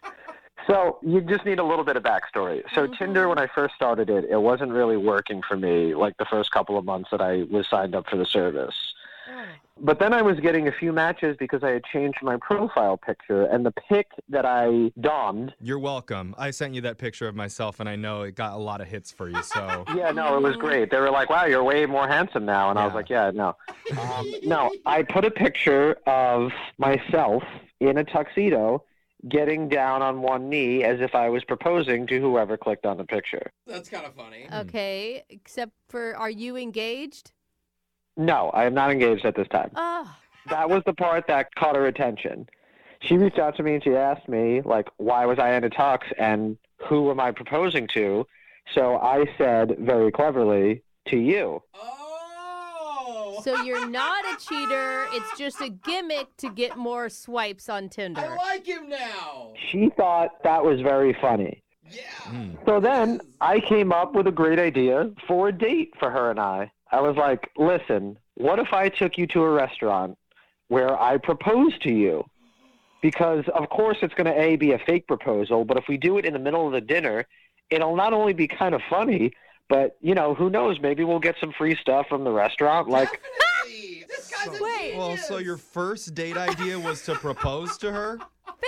S13: So you just need a little bit of backstory. So Tinder, when I first started it, it wasn't really working for me. Like the first couple of months that I was signed up for the service. But then I was getting a few matches because I had changed my profile picture, and the pic that I donned.
S1: You're welcome. I sent you that picture of myself, and I know it got a lot of hits for you. So
S13: Yeah, no, it was great. They were like, "Wow, you're way more handsome now," and I was like, "Yeah, no, um, no." I put a picture of myself in a tuxedo, getting down on one knee as if I was proposing to whoever clicked on the picture.
S3: That's kind of funny.
S2: Okay, except for are you engaged?
S13: No, I am not engaged at this time.
S2: Oh,
S13: That was the part that caught her attention. She reached out to me and she asked me, like, why was I in a tux and who am I proposing to? So I said very cleverly, to you.
S3: Oh.
S2: so you're not a cheater. It's just a gimmick to get more swipes on Tinder. I
S3: like him now.
S13: She thought that was very funny. Yeah. So then I came up with a great idea for a date for her and I. I was like, listen, what if I took you to a restaurant where I propose to you? Because, of course, it's going to A, be a fake proposal, but if we do it in the middle of the dinner, it'll not only be kind of funny, but, you know, who knows? Maybe we'll get some free stuff from the restaurant. Like,
S2: Wait,
S1: well, so your first date idea was to propose to her?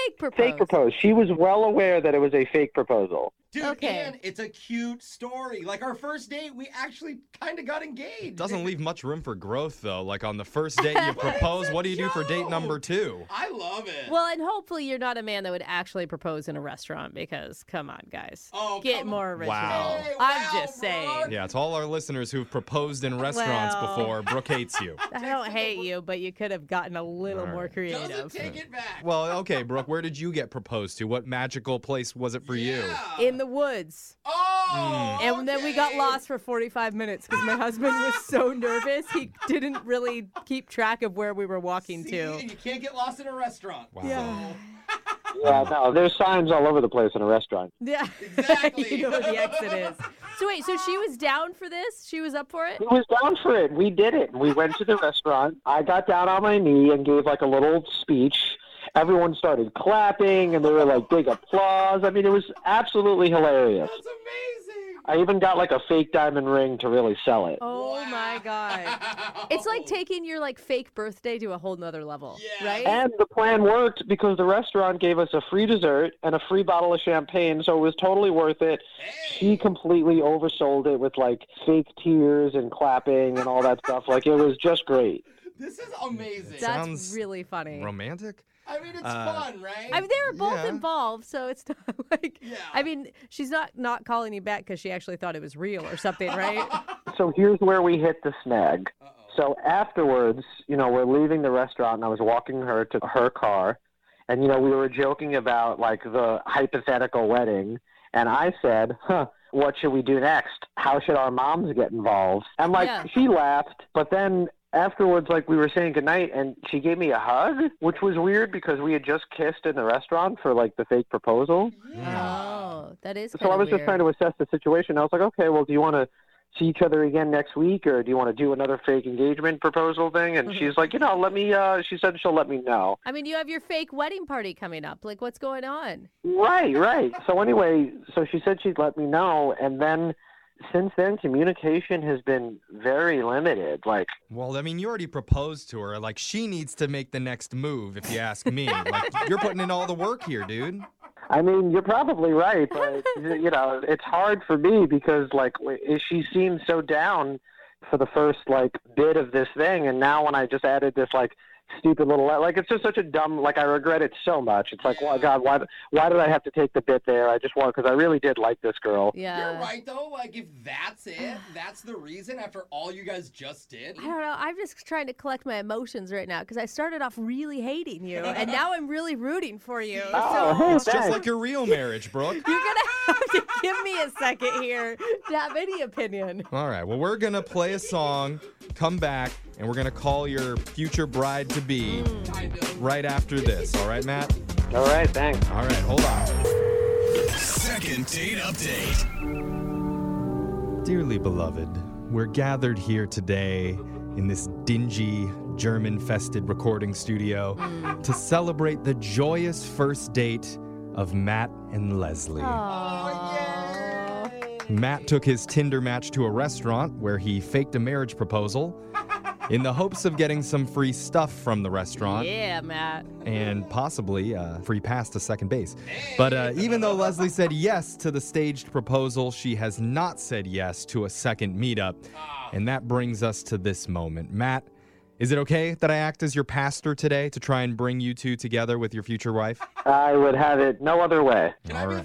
S2: fake proposal.
S13: fake propose. She was well aware that it was a fake proposal.
S3: Dude, and it's a cute story. Like our first date, we actually kind of got engaged.
S1: Doesn't leave much room for growth though. Like on the first date you propose, what do you do for date number two?
S3: I love it.
S2: Well, and hopefully you're not a man that would actually propose in a restaurant because come on, guys,
S3: oh,
S2: get more original.
S1: Wow.
S2: I'm just saying.
S1: Yeah, to all our listeners who've proposed in restaurants
S2: Well.
S1: before, Brooke hates you.
S2: I don't hate you, but you could have gotten a little more creative.
S1: Doesn't take it back. Well, okay, Brooke, where did you get proposed to? What magical place was it for you?
S2: It
S8: in the woods. Oh! And then we got lost for 45 minutes because my husband was so nervous. He didn't really keep track of where we were walking to.
S3: And you can't get lost in a restaurant. Wow.
S8: Yeah.
S13: Yeah, no, there's signs all over the place in a restaurant.
S8: Yeah. Exactly. you know where the exit is.
S2: So wait, so she was down for this? She was up for it?
S13: Who was down for it? We did it. We went to the restaurant. I got down on my knee and gave like a little speech. Everyone started clapping and they were like big applause. I mean, it was absolutely hilarious. That's amazing. I even got like a fake diamond ring to really sell it.
S2: Oh my god. It's like taking your like fake birthday to a whole nother level. Right?
S13: And the plan worked because the restaurant gave us a free dessert and a free bottle of champagne, so it was totally worth it. She completely oversold it with like fake tears and clapping and all that stuff. Like it was just great.
S3: This is amazing.
S2: That's really funny.
S1: Romantic?
S3: I mean, it's
S1: Uh,
S3: fun, right?
S2: I mean, they were both
S3: Yeah.
S2: involved, so it's not like. I mean, she's not not calling you back because she actually thought it was real or something, right?
S13: So here's where we hit the snag. So afterwards, you know, we're leaving the restaurant and I was walking her to her car and you know, we were joking about like the hypothetical wedding and I said, "Huh, what should we do next? How should our moms get involved?" And like
S14: Yeah.
S13: she laughed, but then afterwards like we were saying goodnight and she gave me a hug, which was weird because we had just kissed in the restaurant for like the fake proposal.
S2: Oh, that is.
S13: So I
S2: kinda
S13: was just
S2: weird.
S13: trying to assess the situation. I was like, okay, well, do you want to see each other again next week, or do you want to do another fake engagement proposal thing?
S2: Mm-hmm.
S13: And she's like, you know, let me. Uh, she said she'll let me know.
S2: I mean, you have your fake wedding party coming up. Like, what's going on?
S13: Right, right. So anyway, so she said she'd let me know, and then since then, communication has been very limited. Like,
S1: Well, I mean, you already proposed to her. Like, she needs to make the next move, if you ask me. Like, you're putting in all the work here, dude.
S13: I mean, you're probably right, but you know, it's hard for me because like i- she seemed so down for the first like bit of this thing, and now when I just added this like stupid little like it's just such a dumb like I regret it so much. It's like, well, God, why why did I have to take the bit there? I just want because I really did like this girl.
S3: You're right though. Like if that's it, that's the reason after all you guys just did.
S2: I don't know. I'm just trying to collect my emotions right now because I started off really hating you, and now I'm really rooting for you.
S1: Oh,
S2: so
S1: hey, It's just thanks. like your real marriage, Brooke.
S2: You're gonna have to give me a second here to have any opinion.
S1: All right. Well, we're going to play a song, come back, and we're going to call your future bride to be right after this. All right, Matt?
S13: All right. Thanks.
S1: All right. Hold on.
S7: Second date update.
S1: Dearly beloved, we're gathered here today in this dingy, German fested recording studio to celebrate the joyous first date of Matt and Leslie. Matt took his Tinder match to a restaurant where he faked a marriage proposal in the hopes of getting some free stuff from the restaurant
S2: Yeah, Matt.
S1: and possibly a free pass to second base. But uh, even though Leslie said yes to the staged proposal, she has not said yes to a second meetup. And that brings us to this moment. Matt, is it okay that I act as your pastor today to try and bring you two together with your future wife?
S13: I would have it no other way.
S1: All right.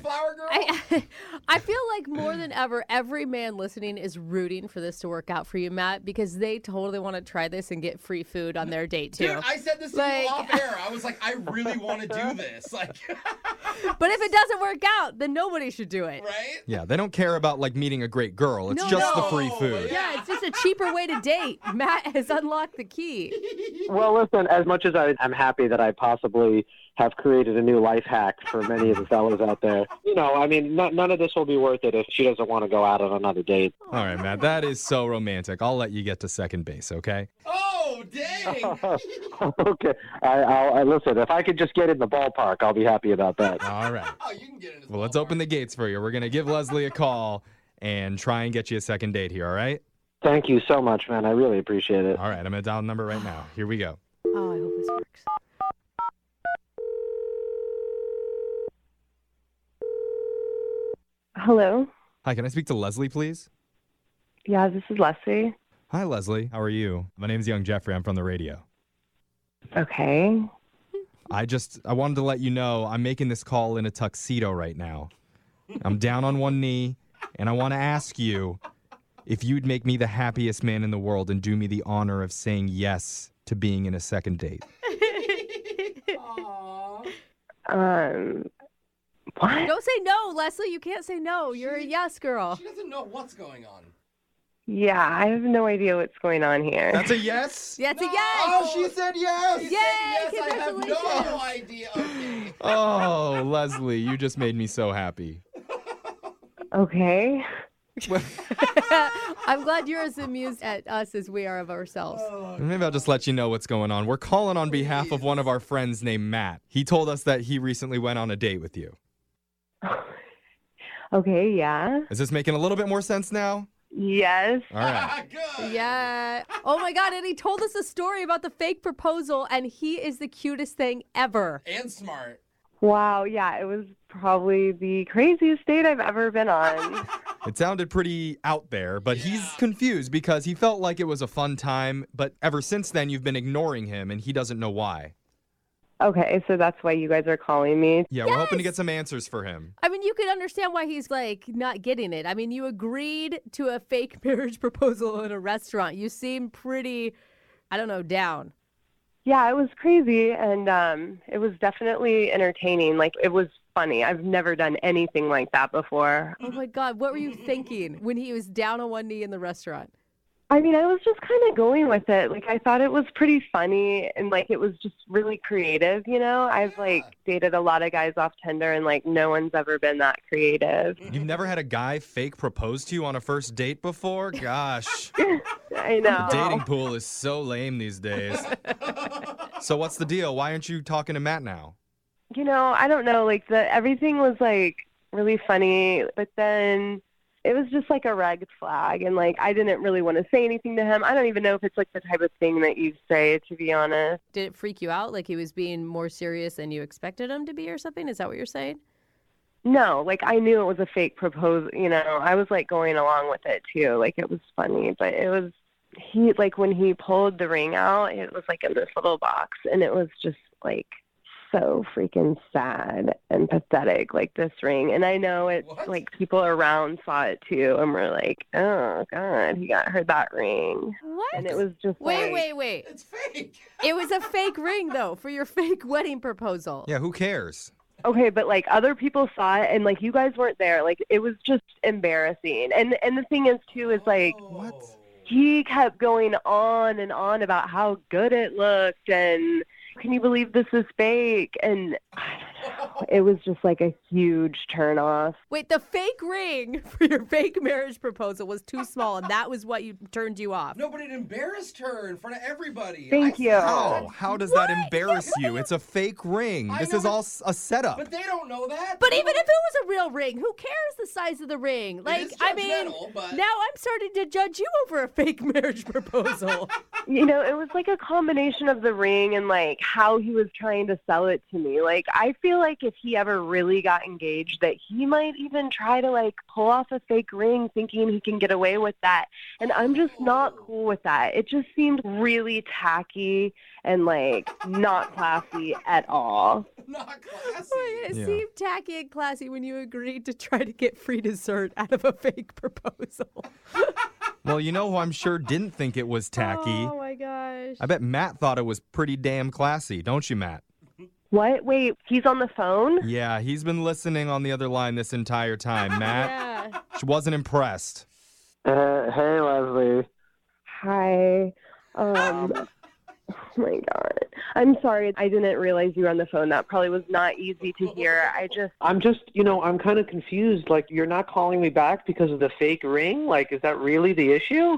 S2: I, I feel like more than ever, every man listening is rooting for this to work out for you, Matt, because they totally want to try this and get free food on their date too.
S3: Dude, I said this to you off air. I was like, I really want to do this. Like,
S2: but if it doesn't work out, then nobody should do it.
S3: Right?
S1: Yeah, they don't care about like meeting a great girl. It's
S2: No,
S1: just the
S2: no.
S1: free food.
S2: Yeah, it's just a cheaper way to date. Matt has unlocked the key.
S13: Well, listen, as much as I, I'm happy that I possibly have created a new life hack for many of the fellas out there, you know, I mean, no, none of this will be worth it if she doesn't want to go out on another date.
S1: All right, Matt, that is so romantic. I'll let you get to second base, okay?
S3: oh dang!
S13: okay. I, I'll, I listen. If I could just get in the ballpark, I'll be happy about that.
S1: All right. Well, let's open the gates for you. We're going to give Leslie a call and try and get you a second date here, all right?
S13: Thank you so much, man. I really appreciate it.
S1: All right, I'm going to dial the number right now. Here we go.
S2: Oh, I hope this works.
S15: Hello.
S1: Hi, can I speak to Leslie, please?
S15: Yeah, this is Leslie.
S1: Hi, Leslie. How are you? My name's Young Jeffrey. I'm from the radio.
S15: Okay.
S1: I just I wanted to let you know I'm making this call in a tuxedo right now. I'm down on one knee and I want to ask you if you'd make me the happiest man in the world and do me the honor of saying yes to being in a second date.
S15: Um, What?
S2: Don't say no, Leslie. You can't say no. You're a yes girl. She
S3: doesn't know what's going on.
S15: Yeah, I have no idea what's going on here.
S1: That's a yes?
S2: Yes, a yes.
S3: Oh, she said yes.
S2: Yay,
S3: She said yes. I have no
S2: congratulations.
S3: idea.
S1: Oh, Leslie, you just made me so happy.
S15: Okay.
S2: I'm glad you're as amused at us as we are of ourselves.
S1: Maybe I'll just let you know what's going on. We're calling on behalf of one of our friends named Matt. He told us that he recently went on a date with you.
S15: Okay, yeah.
S1: Is this making a little bit more sense now?
S15: Yes.
S1: All
S3: Ah,
S1: right.
S2: Yeah. Oh my God. And he told us a story about the fake proposal, and he is the cutest thing ever.
S3: And smart.
S15: Wow, yeah, it was probably the craziest date I've ever been on.
S1: It sounded pretty out there, but he's confused because he felt like it was a fun time, but ever since then you've been ignoring him and he doesn't know why.
S15: okay, so that's why you guys are calling me.
S1: Yeah, we're hoping to get some answers for him.
S2: I mean, you could understand why he's like not getting it. I mean, you agreed to a fake marriage proposal in a restaurant. You seem pretty, I don't know, down.
S15: Yeah, it was crazy and um it was definitely entertaining. Like it was funny. I've never done anything like that before.
S2: Oh my God. What were you thinking when he was down on one knee in the restaurant?
S15: I mean, I was just kind of going with it. Like I thought it was pretty funny and like it was just really creative, you know? I've like dated a lot of guys off Tinder and like no one's ever been that creative.
S1: You've never had a guy fake propose to you on a first date before? Gosh.
S15: I know.
S1: The dating pool is so lame these days. so what's the deal? Why aren't you talking to Matt now?
S15: you know, I don't know, like the everything was like really funny, but then it was just like a red flag and like I didn't really want to say anything to him. I don't even know if it's like the type of thing that you say to be honest.
S2: Did it freak you out? Like he was being more serious than you expected him to be, or something? Is that what you're saying?
S15: No, like I knew it was a fake proposal, you know. I was like going along with it too. Like it was funny, but it was he like when he pulled the ring out, it was like in this little box and it was just like so freaking sad and pathetic like this ring and i know it's like people around saw it too and were like oh god he got her that ring
S2: What?
S15: and it was just
S2: Wait,
S15: like,
S2: wait, wait. It's fake. It was a fake ring, though, for your fake wedding proposal.
S1: Yeah, who cares?
S15: okay but like other people saw it and like you guys weren't there like it was just embarrassing and and the thing is too is like what he kept going on and on about how good it looked and can you believe this is fake and i don't know it was just like a huge turn off
S2: Wait, the fake ring for your fake marriage proposal was too small, and that was what you turned you off.
S3: No, but it embarrassed her in front of everybody.
S15: Thank
S14: Oh.
S15: you.
S1: How? How does that embarrass you? It's a fake ring.
S3: I
S1: This
S3: know,
S1: is
S3: but-
S1: all s- a setup.
S3: But they don't know that.
S2: But even if it was a real ring, who cares the size of the ring? Like,
S3: is
S2: I mean,
S3: judgmental, but-
S2: now I'm starting to judge you over a fake marriage proposal.
S15: you know it was like a combination of the ring and like how he was trying to sell it to me like i feel like if he ever really got engaged that he might even try to like pull off a fake ring thinking he can get away with that and i'm just not cool with that it just seemed really tacky and like not classy at all
S3: Not classy.
S2: it
S15: Yeah.
S2: seemed tacky and classy when you agreed to try to get free dessert out of a fake proposal.
S1: Well, you know who I'm sure didn't think it was tacky?
S2: Oh my gosh.
S1: I bet Matt thought it was pretty damn classy, don't you, Matt?
S15: what wait he's on the phone
S1: Yeah, he's been listening on the other line this entire time. Matt
S2: yeah
S1: she wasn't impressed.
S13: Uh, hey, Leslie.
S15: Hi. Um, oh my God. I'm sorry. I didn't realize you were on the phone. That probably was not easy to hear. I just,
S13: I'm just, you know, I'm kind of confused. Like, you're not calling me back because of the fake ring? Like, is that really the issue?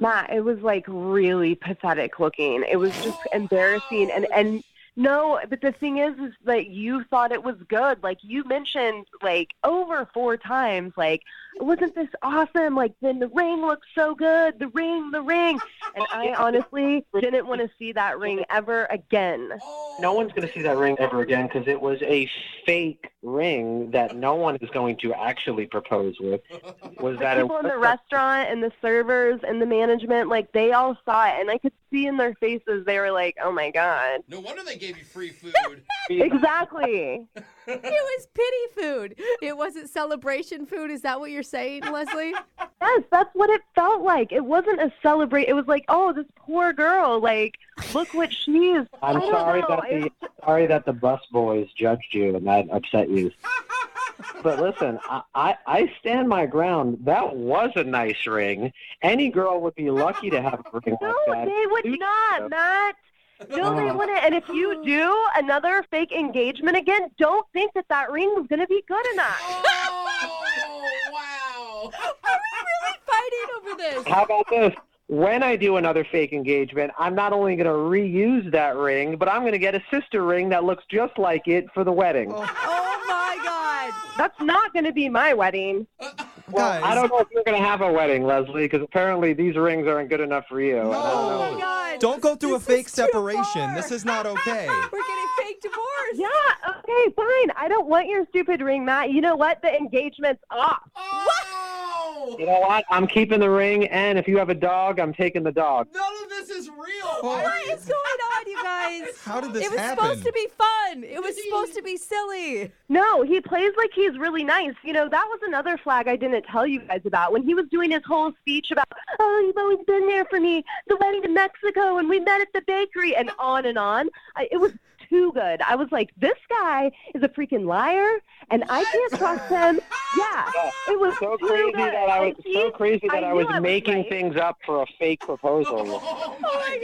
S15: Matt, it was like really pathetic looking. It was just embarrassing. And, and, no, but the thing is, is that you thought it was good. Like you mentioned, like over four times, like wasn't this awesome? Like then the ring looks so good. The ring, the ring. And I honestly didn't want to see that ring ever again.
S13: No one's going to see that ring ever again because it was a fake ring that no one is going to actually propose with. Was that
S15: people in the
S13: a
S15: restaurant and the servers and the management, like they all saw it, and I could see in their faces they were like, "Oh my god!"
S3: No wonder they gave you free food.
S15: Exactly.
S2: it was pity food. It wasn't celebration food. Is that what you're saying, Leslie?
S15: Yes, that's what it felt like. It wasn't a celebrate. It was like, oh, this poor girl. Like, look what she is.
S13: I'm
S15: I don't
S13: sorry
S15: know.
S13: that
S15: It was-
S13: the sorry that the bus boys judged you and that upset you. But listen, I, I, I stand my ground. That was a nice ring. Any girl would be lucky to have a ring
S15: No,
S13: like that.
S15: they would not, Matt. No, they
S13: Oh.
S15: wouldn't. And if you do another fake engagement again, don't think that that ring was going to be good enough.
S3: Oh.
S2: Are we really fighting over this?
S13: How about this? When I do another fake engagement, I'm not only going to reuse that ring, but I'm going to get a sister ring that looks just like it for the wedding.
S15: oh my God. That's not going to be my wedding.
S13: Well, I don't know if you're going to have a wedding, Leslie, because apparently these rings aren't good enough for you. And I don't know.
S15: Oh
S1: Don't go through a fake separation. This is not okay.
S2: We're getting fake divorce.
S15: Yeah, okay, fine. I don't want your stupid ring, Matt. You know what? The engagement's off.
S13: You know what? I'm keeping the ring, and if you have a dog, I'm taking the dog.
S3: None of this is real.
S2: What is going on, you guys?
S1: How did
S2: It was supposed to be fun. It was supposed to be silly.
S15: No, he plays like he's really nice. You know, that was another flag I didn't tell you guys about when he was doing his whole speech about, oh, you've always been there for me, the wedding to Mexico, and we met at the bakery, and on and on. I, it was too good. I was like, this guy is a freaking liar, and I can't trust him. Yeah, it was
S13: So
S15: too
S13: crazy
S15: good.
S13: that I was
S15: And he-
S13: so crazy that I,
S15: knew
S13: was
S15: I
S13: making
S15: right.
S13: things up for a fake proposal.
S3: Oh
S2: my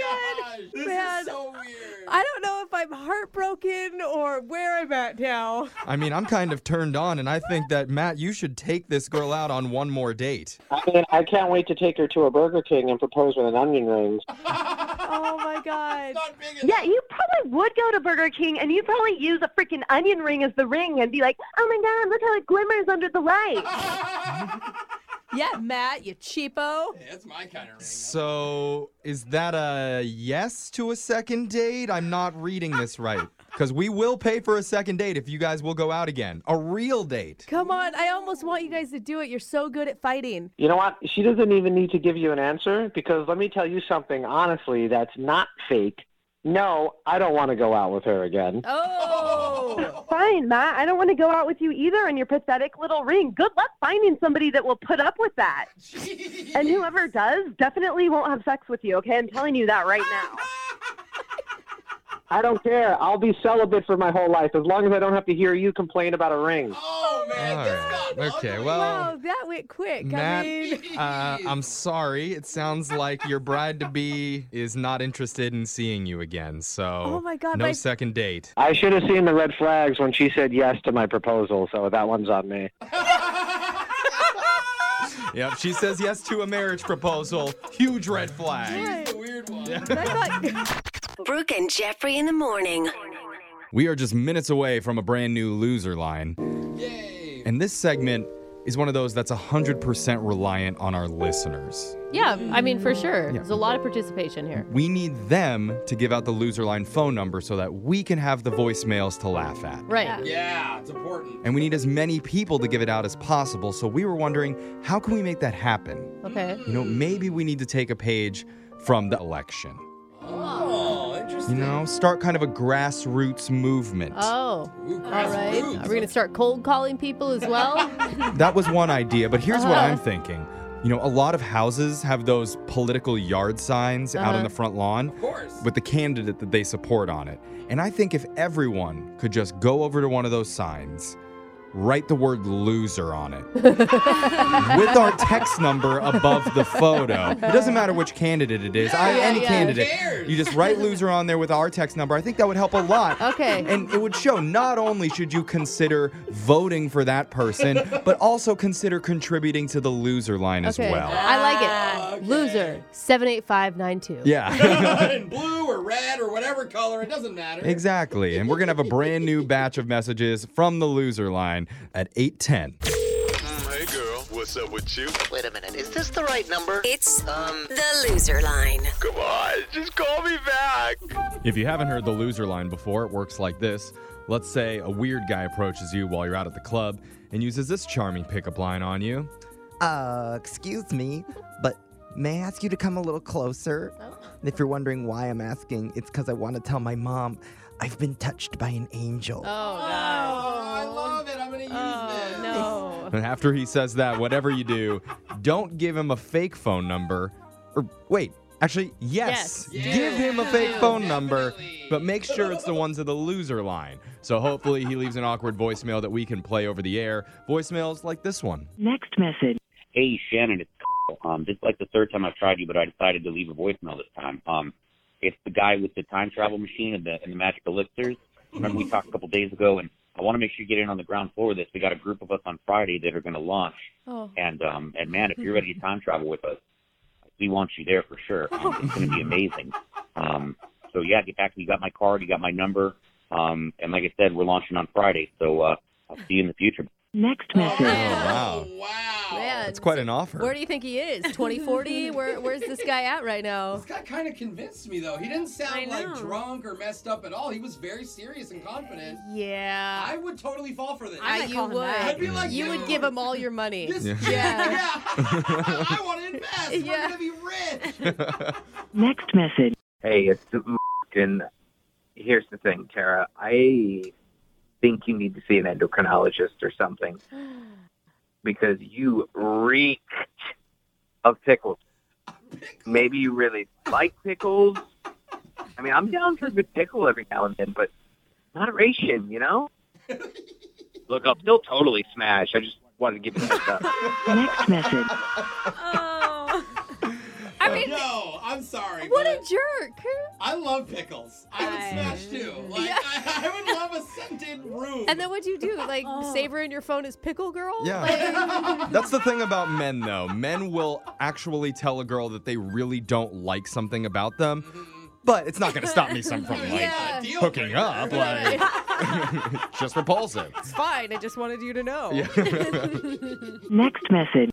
S3: god. This
S2: Man,
S3: is so weird.
S2: I don't know if I'm heartbroken or where I'm at now.
S1: I mean, I'm kind of turned on, and I think that Matt, you should take this girl out on one more date.
S13: I mean, I can't wait to take her to a Burger King and propose with an onion ring.
S2: Oh my god.
S15: Yeah, you probably would go to Burger King and you probably use a freaking onion ring as the ring and be like, oh my God, look how it glimmers under the light.
S2: Yeah, Matt, you cheapo.
S3: That's my kind of ring.
S1: So, is that a yes to a second date? I'm not reading this right. Because we will pay for a second date if you guys will go out again. A real date.
S2: Come on, I almost want you guys to do it. You're so good at fighting.
S13: You know what? She doesn't even need to give you an answer because let me tell you something honestly that's not fake. No, I don't want to go out with her again.
S2: Oh.
S15: Fine, Matt, I don't want to go out with you either and your pathetic little ring. Good luck finding somebody that will put up with that. and whoever does definitely won't have sex with you, okay? I'm telling you that right now.
S13: I don't care. I'll be celibate for my whole life as long as I don't have to hear you complain about a ring.
S3: Oh man.
S1: All right. Okay, well,
S2: Oh, wow, that went quick. I
S1: Matt,
S2: mean,
S1: uh, I'm sorry. It sounds like your bride to be is not interested in seeing you again. So,
S2: Oh my God,
S1: no
S2: my-
S1: second date.
S13: I should have seen the red flags when she said yes to my proposal, so that one's on me.
S1: Yep, she says yes to a marriage proposal. Huge red flag.
S6: She's
S2: the
S3: weird
S6: Brooke and Jeffrey in the morning.
S1: We are just minutes away from a brand new loser line. And this segment is one of those that's 100% reliant on our listeners.
S2: yeah, I mean, for sure. There's a lot of participation here.
S1: We need them to give out the loser line phone number so that we can have the voicemails to laugh at.
S2: Right.
S3: Yeah, it's important.
S1: And we need as many people to give it out as possible. So we were wondering, how can we make that happen?
S2: Okay.
S3: Mm.
S1: You know, maybe we need to take a page from the election.
S3: Oh, interesting.
S1: You know, start kind of a grassroots movement.
S2: Oh. All right. Are we going to start cold calling people as well?
S1: That was one idea, but here's what
S2: Uh-huh.
S1: I'm thinking. You know, a lot of houses have those political yard signs out on
S2: Uh-huh.
S1: the front lawn of
S3: course.
S1: with the candidate that they support on it. And I think if everyone could just go over to one of those signs, write the word loser on it with our text number above the photo. It doesn't matter which candidate it is. I,
S2: Yeah,
S1: any
S2: yeah.
S1: candidate.
S2: Who cares?
S1: You just write loser on there with our text number. I think that would help a lot.
S2: Okay.
S1: And it would show not only should you consider voting for that person, but also consider contributing to the loser line as
S2: okay.
S1: well.
S2: I like it. Loser 78592.
S1: Yeah.
S3: in blue or red or whatever color, it doesn't matter.
S1: Exactly. And we're going to have a brand new batch of messages from the loser line at 810.
S3: Mm.
S7: Hey girl, what's up with you?
S6: Wait a minute, is this the right number? It's um the loser line. Come on, just call me back.
S1: If you haven't heard the loser line before, it works like this. Let's say a weird guy approaches you while you're out at the club and uses this charming pickup line on you.
S14: Uh, excuse me, but may I ask you to come a little closer? And If you're wondering why I'm
S3: Oh,
S14: asking, it's because I want to tell my mom I've been touched by an angel.
S2: Oh, God. Uh,
S1: And after he says that, whatever you do, don't give him a fake phone number. Or wait, actually, yes,
S16: Yes.
S1: give him a fake
S16: Do.
S1: phone number, but make sure it's the ones of the loser line. So hopefully he leaves an awkward voicemail that we can play over the air. Voicemails like this one.
S17: Next message. Hey, Shannon, it's um, this is like the third time I've tried you, but I decided to leave a voicemail this time. Um, it's the guy with the time travel machine and the and the magic elixirs. Remember we talked a couple days ago, and I want to make sure you get in on the ground floor with this. We got a group of us on Friday that are going to launch,
S16: Oh.
S17: and um, and man, if you're ready to time travel with us, we want you there for sure. Um, it's going to be amazing. Um, so yeah, get back. You got my card, you got my number, um, and like I said, we're launching on Friday. So uh, I'll see you in the future.
S1: Next message. wow.
S2: Man,
S1: That's quite an offer.
S2: Where do you think he is? 2040? Where, where's this guy at right now?
S3: That kind of convinced me though. He didn't
S2: I
S3: sound like
S2: know.
S3: drunk or messed up at all. He was very serious and confident.
S2: Yeah.
S3: I would totally fall for this.
S2: I might You call him would. back.
S3: I'd be like,
S2: You would
S3: "Dude,
S2: give him all your money.
S3: This
S2: Yeah.
S3: yeah. I want to invest. We're gonna be rich.
S18: Next message. Hey, it's the and here's the thing, Tara. I think you need to see an endocrinologist or something because you reek of pickles. Maybe you really like pickles. I mean, I'm down for a good pickle every now and then, but moderation, you know? Look, I'll still totally smash. I just wanted to give you that stuff. Next message.
S3: Oh.
S2: I mean-
S3: no, I'm sorry.
S2: What a
S3: but
S2: jerk.
S3: I love pickles. I would smash too. Like I, I would love a scented room.
S2: And then what'd you do? Like, save her in your phone as Pickle Girl?
S1: Yeah.
S2: Like-
S1: That's the thing about men, though. Men will actually tell a girl that they really don't like something about them, but it's not going to stop me some from like
S2: Yeah.
S1: hooking up. Like, just repulsive.
S8: It's fine. I just wanted you to know.
S1: Hmm.
S18: Next message.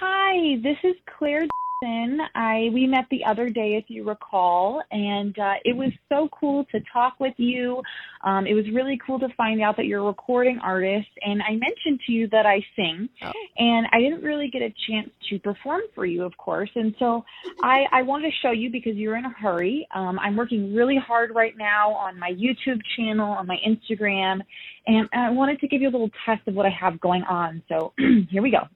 S19: Hi, this is Claire. Dixon. I we met the other day, if you recall, and uh, it was so cool to talk with you. Um, it was really cool to find out that you're a recording artist, and I mentioned to you that I sing, and I didn't really get a chance to perform for you, of course. And so I, I wanted to show you because you're in a hurry. Um, I'm working really hard right now on my YouTube channel, on my Instagram, and I wanted to give you a little test of what I have going on. So here we go.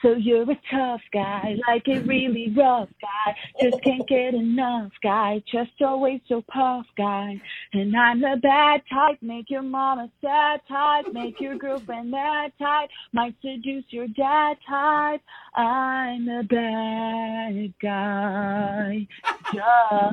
S19: So you're a tough guy, like a really rough guy. Just can't get enough guy, just always so puff guy. And I'm the bad type, make your mama sad type, make your girlfriend mad type, might seduce your dad type. I'm the bad guy. Duh.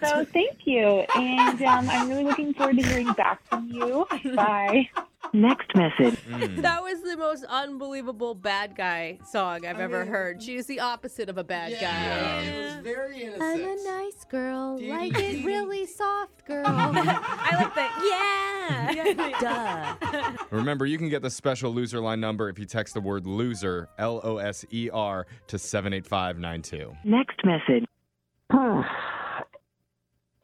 S19: So thank you, and um, I'm really looking forward to hearing back from you. Bye.
S18: Next message.
S2: That was the most unbelievable bad guy song I've
S8: I
S2: ever
S8: mean-
S2: heard. She is the opposite of a bad
S1: Yeah.
S2: guy.
S1: Yeah.
S3: It was very innocent.
S2: I'm a nice girl,
S3: Dee
S2: like
S3: dee
S2: it
S3: dee.
S2: really soft, girl. I like that. Yeah. Duh.
S1: Remember, you can get the special loser line number if you text the word loser, L O S E R, to 78592.
S18: Next message.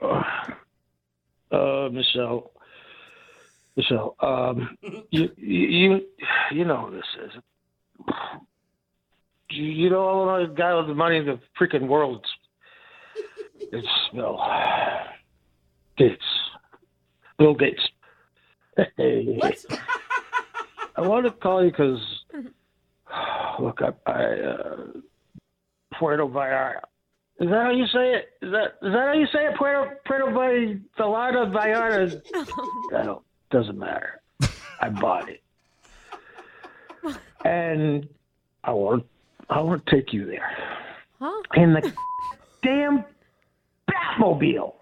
S20: uh, Michelle, Michelle, um, you, you, you know who this is. You, you know, all the guy with the money in the freaking world. It's, it's Bill Gates. Bill Gates. Hey. I wanted to call you because, look, I, I uh, Puerto Vallarta. Is that how you say it? Is that is that how you say it? Puerto Puerto Val- Vallarta Vallarta. I don't. Doesn't matter. I bought it, and I want I want to take you there
S2: Huh?
S20: in the damn Batmobile.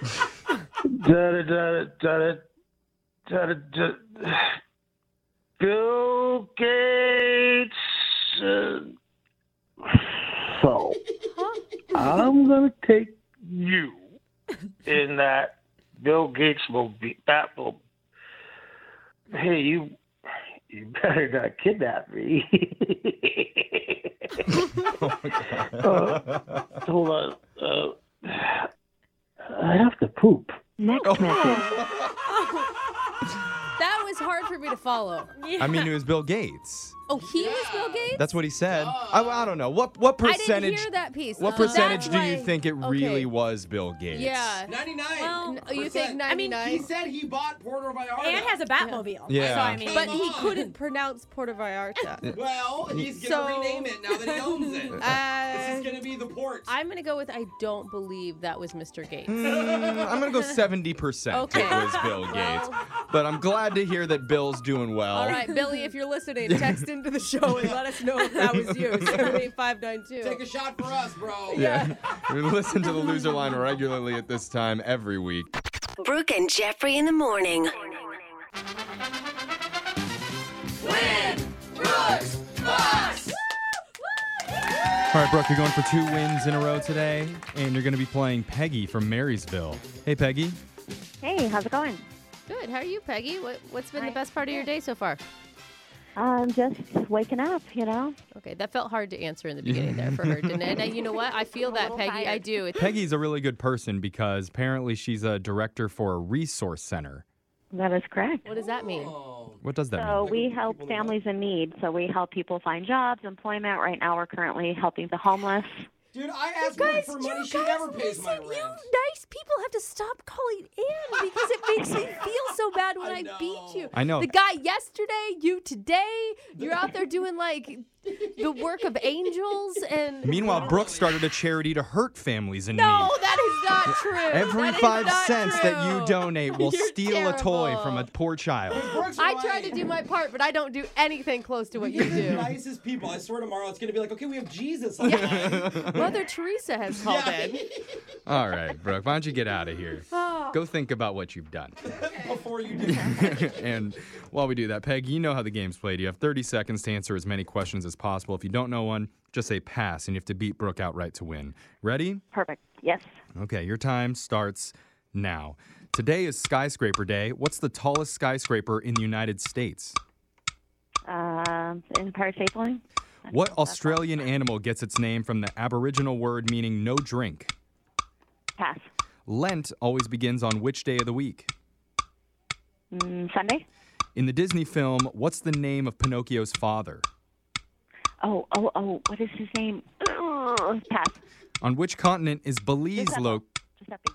S20: da da da da da da da. Bill Gates. uh, so I'm gonna take you in that Bill Gates will be that will. Hey, you, you better not kidnap me. Uh, hold on. Uh, I have to poop.
S18: Next message.
S2: that was hard for me to follow.
S1: I mean, it was Bill Gates.
S2: Oh, he was Bill Gates.
S1: That's what he said. I, I don't know what what
S2: I didn't
S1: percentage.
S2: hear that piece. Oh.
S1: What
S2: So
S1: percentage
S2: that's
S1: do you
S2: why-
S1: think it
S2: okay.
S1: really was Bill Gates?
S2: Yeah,
S3: ninety nine.
S2: you think
S3: I mean,
S2: ninety nine?
S3: he said he bought Puerto Vallarta.
S2: And has a
S3: Batmobile.
S1: Yeah. So, I
S3: mean-
S2: but he
S3: Come on.
S2: couldn't pronounce Puerto Vallarta.
S3: Well, he's
S2: So- uh,
S3: gonna rename it now that he owns it. this is gonna be the port.
S2: I'm gonna go with I don't believe that was Mr. Gates.
S1: Mm, I'm gonna go seventy percent. It
S2: Okay.
S1: was Bill Gates, but I'm glad to hear that Bill's doing well.
S2: All right, Billy, if you're listening, text into the show and let us know if that was you. 78592. Take
S3: a shot for us, bro.
S1: Yeah, we listen to the loser line regularly at this time every week.
S6: Brooke and Jeffrey in the morning.
S3: Win, Brooks, Fox.
S1: All right, Brooke, you're going for two wins in a row today, and you're gonna be playing Peggy from Marysville. Hey, Peggy.
S16: Hey, how's it going?
S2: Good. How are you, Peggy? What, what's been the best part of your day so far?
S16: I'm just waking up, you know?
S2: Okay, that felt hard to answer in the beginning there for her, didn't it? And you know what? I feel that, Peggy. I do. It's-
S1: Peggy's a really good person because apparently she's a director for a resource center.
S16: That is correct.
S2: What does that mean?
S3: Oh.
S1: What does that
S16: So
S1: mean?
S16: we help families in need. So we help people find jobs, employment. Right now, we're currently helping the homeless.
S3: Dude, I asked
S2: guys-
S3: her for
S2: you
S3: money. She
S2: guys
S3: never pays my rent.
S2: Nice people have to stop calling in because it makes me feel so bad when I, beat you.
S1: I know.
S2: The guy yesterday, you today, you're out there doing like the work of angels and
S1: Meanwhile, Brooke started a charity to hurt families in
S2: No,
S1: need.
S2: that is not true.
S1: Every
S2: That is
S1: five
S2: not
S1: cents that
S2: true.
S1: you donate will steal a toy from a poor child.
S2: I tried to do my part, but I don't do anything close to what you
S3: The
S2: do.
S3: nicest people. I swear tomorrow it's gonna be like, okay, we have Jesus. On the line.
S2: Mother Teresa has called in.
S1: All right, Brooke, why don't you get out of here?
S2: Oh.
S1: Go think about what you've done.
S3: Before you do.
S1: and while we do that, Peg, you know how the game's played. You have 30 seconds to answer as many questions as possible. If you don't know one, just say pass, and you have to beat Brooke outright to win. Ready?
S16: Perfect. Yes.
S1: Okay, your time starts now. Today is skyscraper day. What's the tallest skyscraper in the United States?
S16: Um, Empire State Building.
S1: What Australian animal gets its name from the Aboriginal word meaning no drink?
S16: Pass.
S1: Lent always begins on which day of the week?
S16: Mm, Sunday.
S1: In the Disney film, what's the name of Pinocchio's father?
S16: Oh, oh, oh. What is his name? Ugh, pass.
S1: On which continent is Belize lo-
S16: Giuseppe.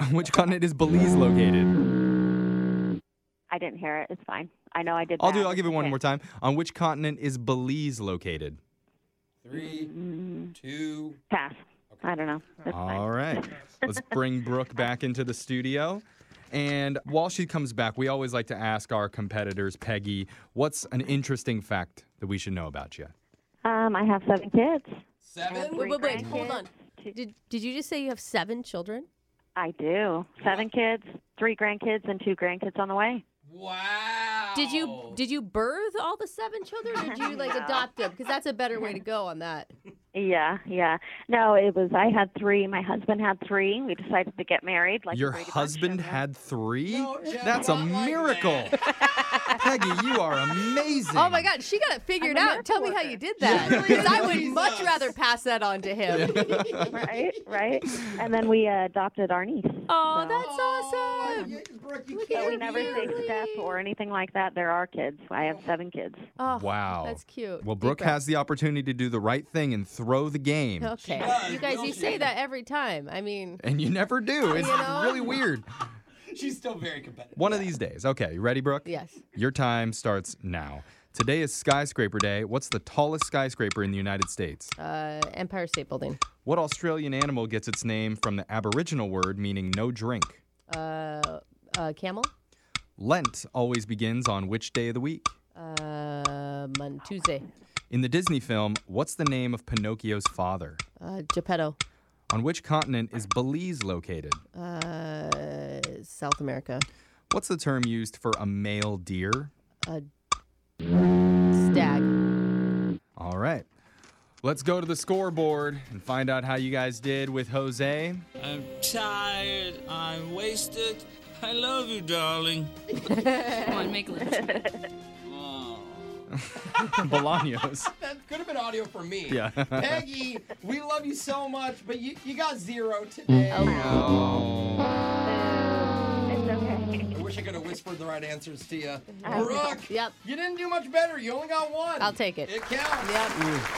S1: on which continent is Belize located?
S16: I didn't hear it. It's fine. I know I did.
S1: I'll do
S16: bad.
S1: I'll give it one
S16: Okay.
S1: more time. On which continent is Belize located?
S3: Three, two.
S16: Mm-hmm. Pass. I don't know. It's fine.
S1: All right. Let's bring Brooke back into the studio. And while she comes back, we always like to ask our competitors, Peggy, what's an interesting fact that we should know about you?
S16: Um, I have seven kids.
S3: Seven?
S2: Wait, wait, wait, hold on. Did, did you just say you have seven children?
S16: I do. Seven kids, three grandkids, and two grandkids on the way.
S2: Did you did you birth all the seven children, or did you like adopt them? Because that's a better way to go on that.
S16: Yeah, yeah. No, it was. I had three. My husband had three. We decided to get married. Like
S1: Your
S16: a great-
S1: husband had three?
S16: Jeff,
S1: That's a miracle. Peggy, you are amazing.
S2: Oh my God, she got it figured
S16: I'm a
S2: out. Tell me how you did that. 'Cause I would much rather pass that on to him.
S16: right, right. And then we uh, adopted our niece.
S2: Oh, that's awesome. Look at
S16: So we
S2: your
S16: never say
S2: beauty.
S16: step or anything like that. There are kids. I have seven kids.
S2: Oh,
S1: Wow.
S2: That's cute.
S1: Well,
S2: Deep
S1: Brooke
S2: breath.
S1: has the opportunity to do the right thing and throw the game.
S2: Okay. you guys, you say that every time. I mean,
S1: And you never do. It's
S2: You know?
S1: really weird.
S3: She's still very competitive.
S1: One of these days. Okay, you ready, Brooke?
S2: yes.
S1: Your time starts now. Today is skyscraper day. What's the tallest skyscraper in the United States?
S2: Uh, Empire State Building.
S1: What Australian animal gets its name from the Aboriginal word meaning no drink?
S2: Uh, uh, camel.
S1: Lent always begins on which day of the week?
S2: Uh, Mon- Tuesday.
S1: In the Disney film, what's the name of Pinocchio's father?
S2: Uh, Geppetto.
S1: On which continent is Belize located?
S2: Uh, South America.
S1: What's the term used for a male deer?
S2: Uh, stag.
S1: All right. Let's go to the scoreboard and find out how you guys did with Jose.
S21: I'm tired. I'm wasted. I love you, darling.
S3: Come
S21: on, make love.
S1: Bolaños.
S3: That could have been audio for me.
S1: Yeah.
S3: Peggy, we love you so much, but you, you got zero today.
S1: Oh.
S16: It's
S2: okay.
S3: I wish I could have whispered the right answers to you.
S2: I know.
S3: Brooke, yep. you didn't do much better. You only got one.
S2: I'll take it.
S3: It counts.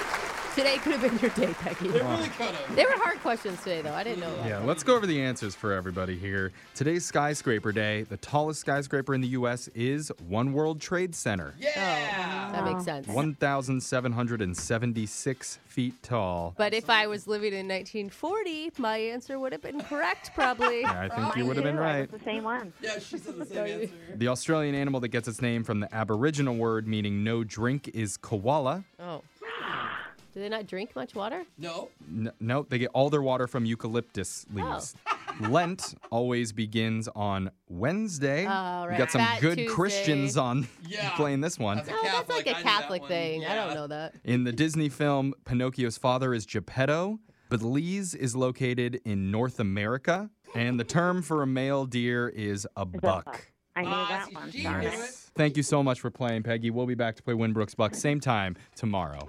S2: Today could have been your day, Becky.
S1: It really could
S2: They were hard questions today, though. I didn't know. about
S1: Yeah, let's go over the answers for everybody here. Today's skyscraper day, the tallest skyscraper in the U.S. is One World Trade Center.
S2: Yeah. Oh, that makes sense.
S1: 1,776 feet tall.
S2: But if I was living in 1940, my answer would have been correct, probably.
S1: Yeah, I think you would have been right.
S2: the same one.
S3: Yeah, she said the same answer.
S1: The Australian animal that gets its name from the Aboriginal word meaning no drink is koala.
S2: Oh. Do they not drink much water?
S3: No.
S1: N- no, they get all their water from
S2: Oh.
S1: eucalyptus leaves. Lent always begins on Wednesday.
S2: All
S1: We got some
S2: right.
S1: good
S2: Fat
S1: Christians
S2: Tuesday.
S1: on playing this one.
S2: Oh, that's like a Catholic thing. I don't know that.
S1: In the Disney film, Pinocchio's father is Geppetto. Belize is located in North America, and the term for a male deer is a buck.
S16: I Ah, knew that one. Darn it.
S1: Thank you so much for playing, Peggy. We'll be back to play Winbrook's Buck same time tomorrow.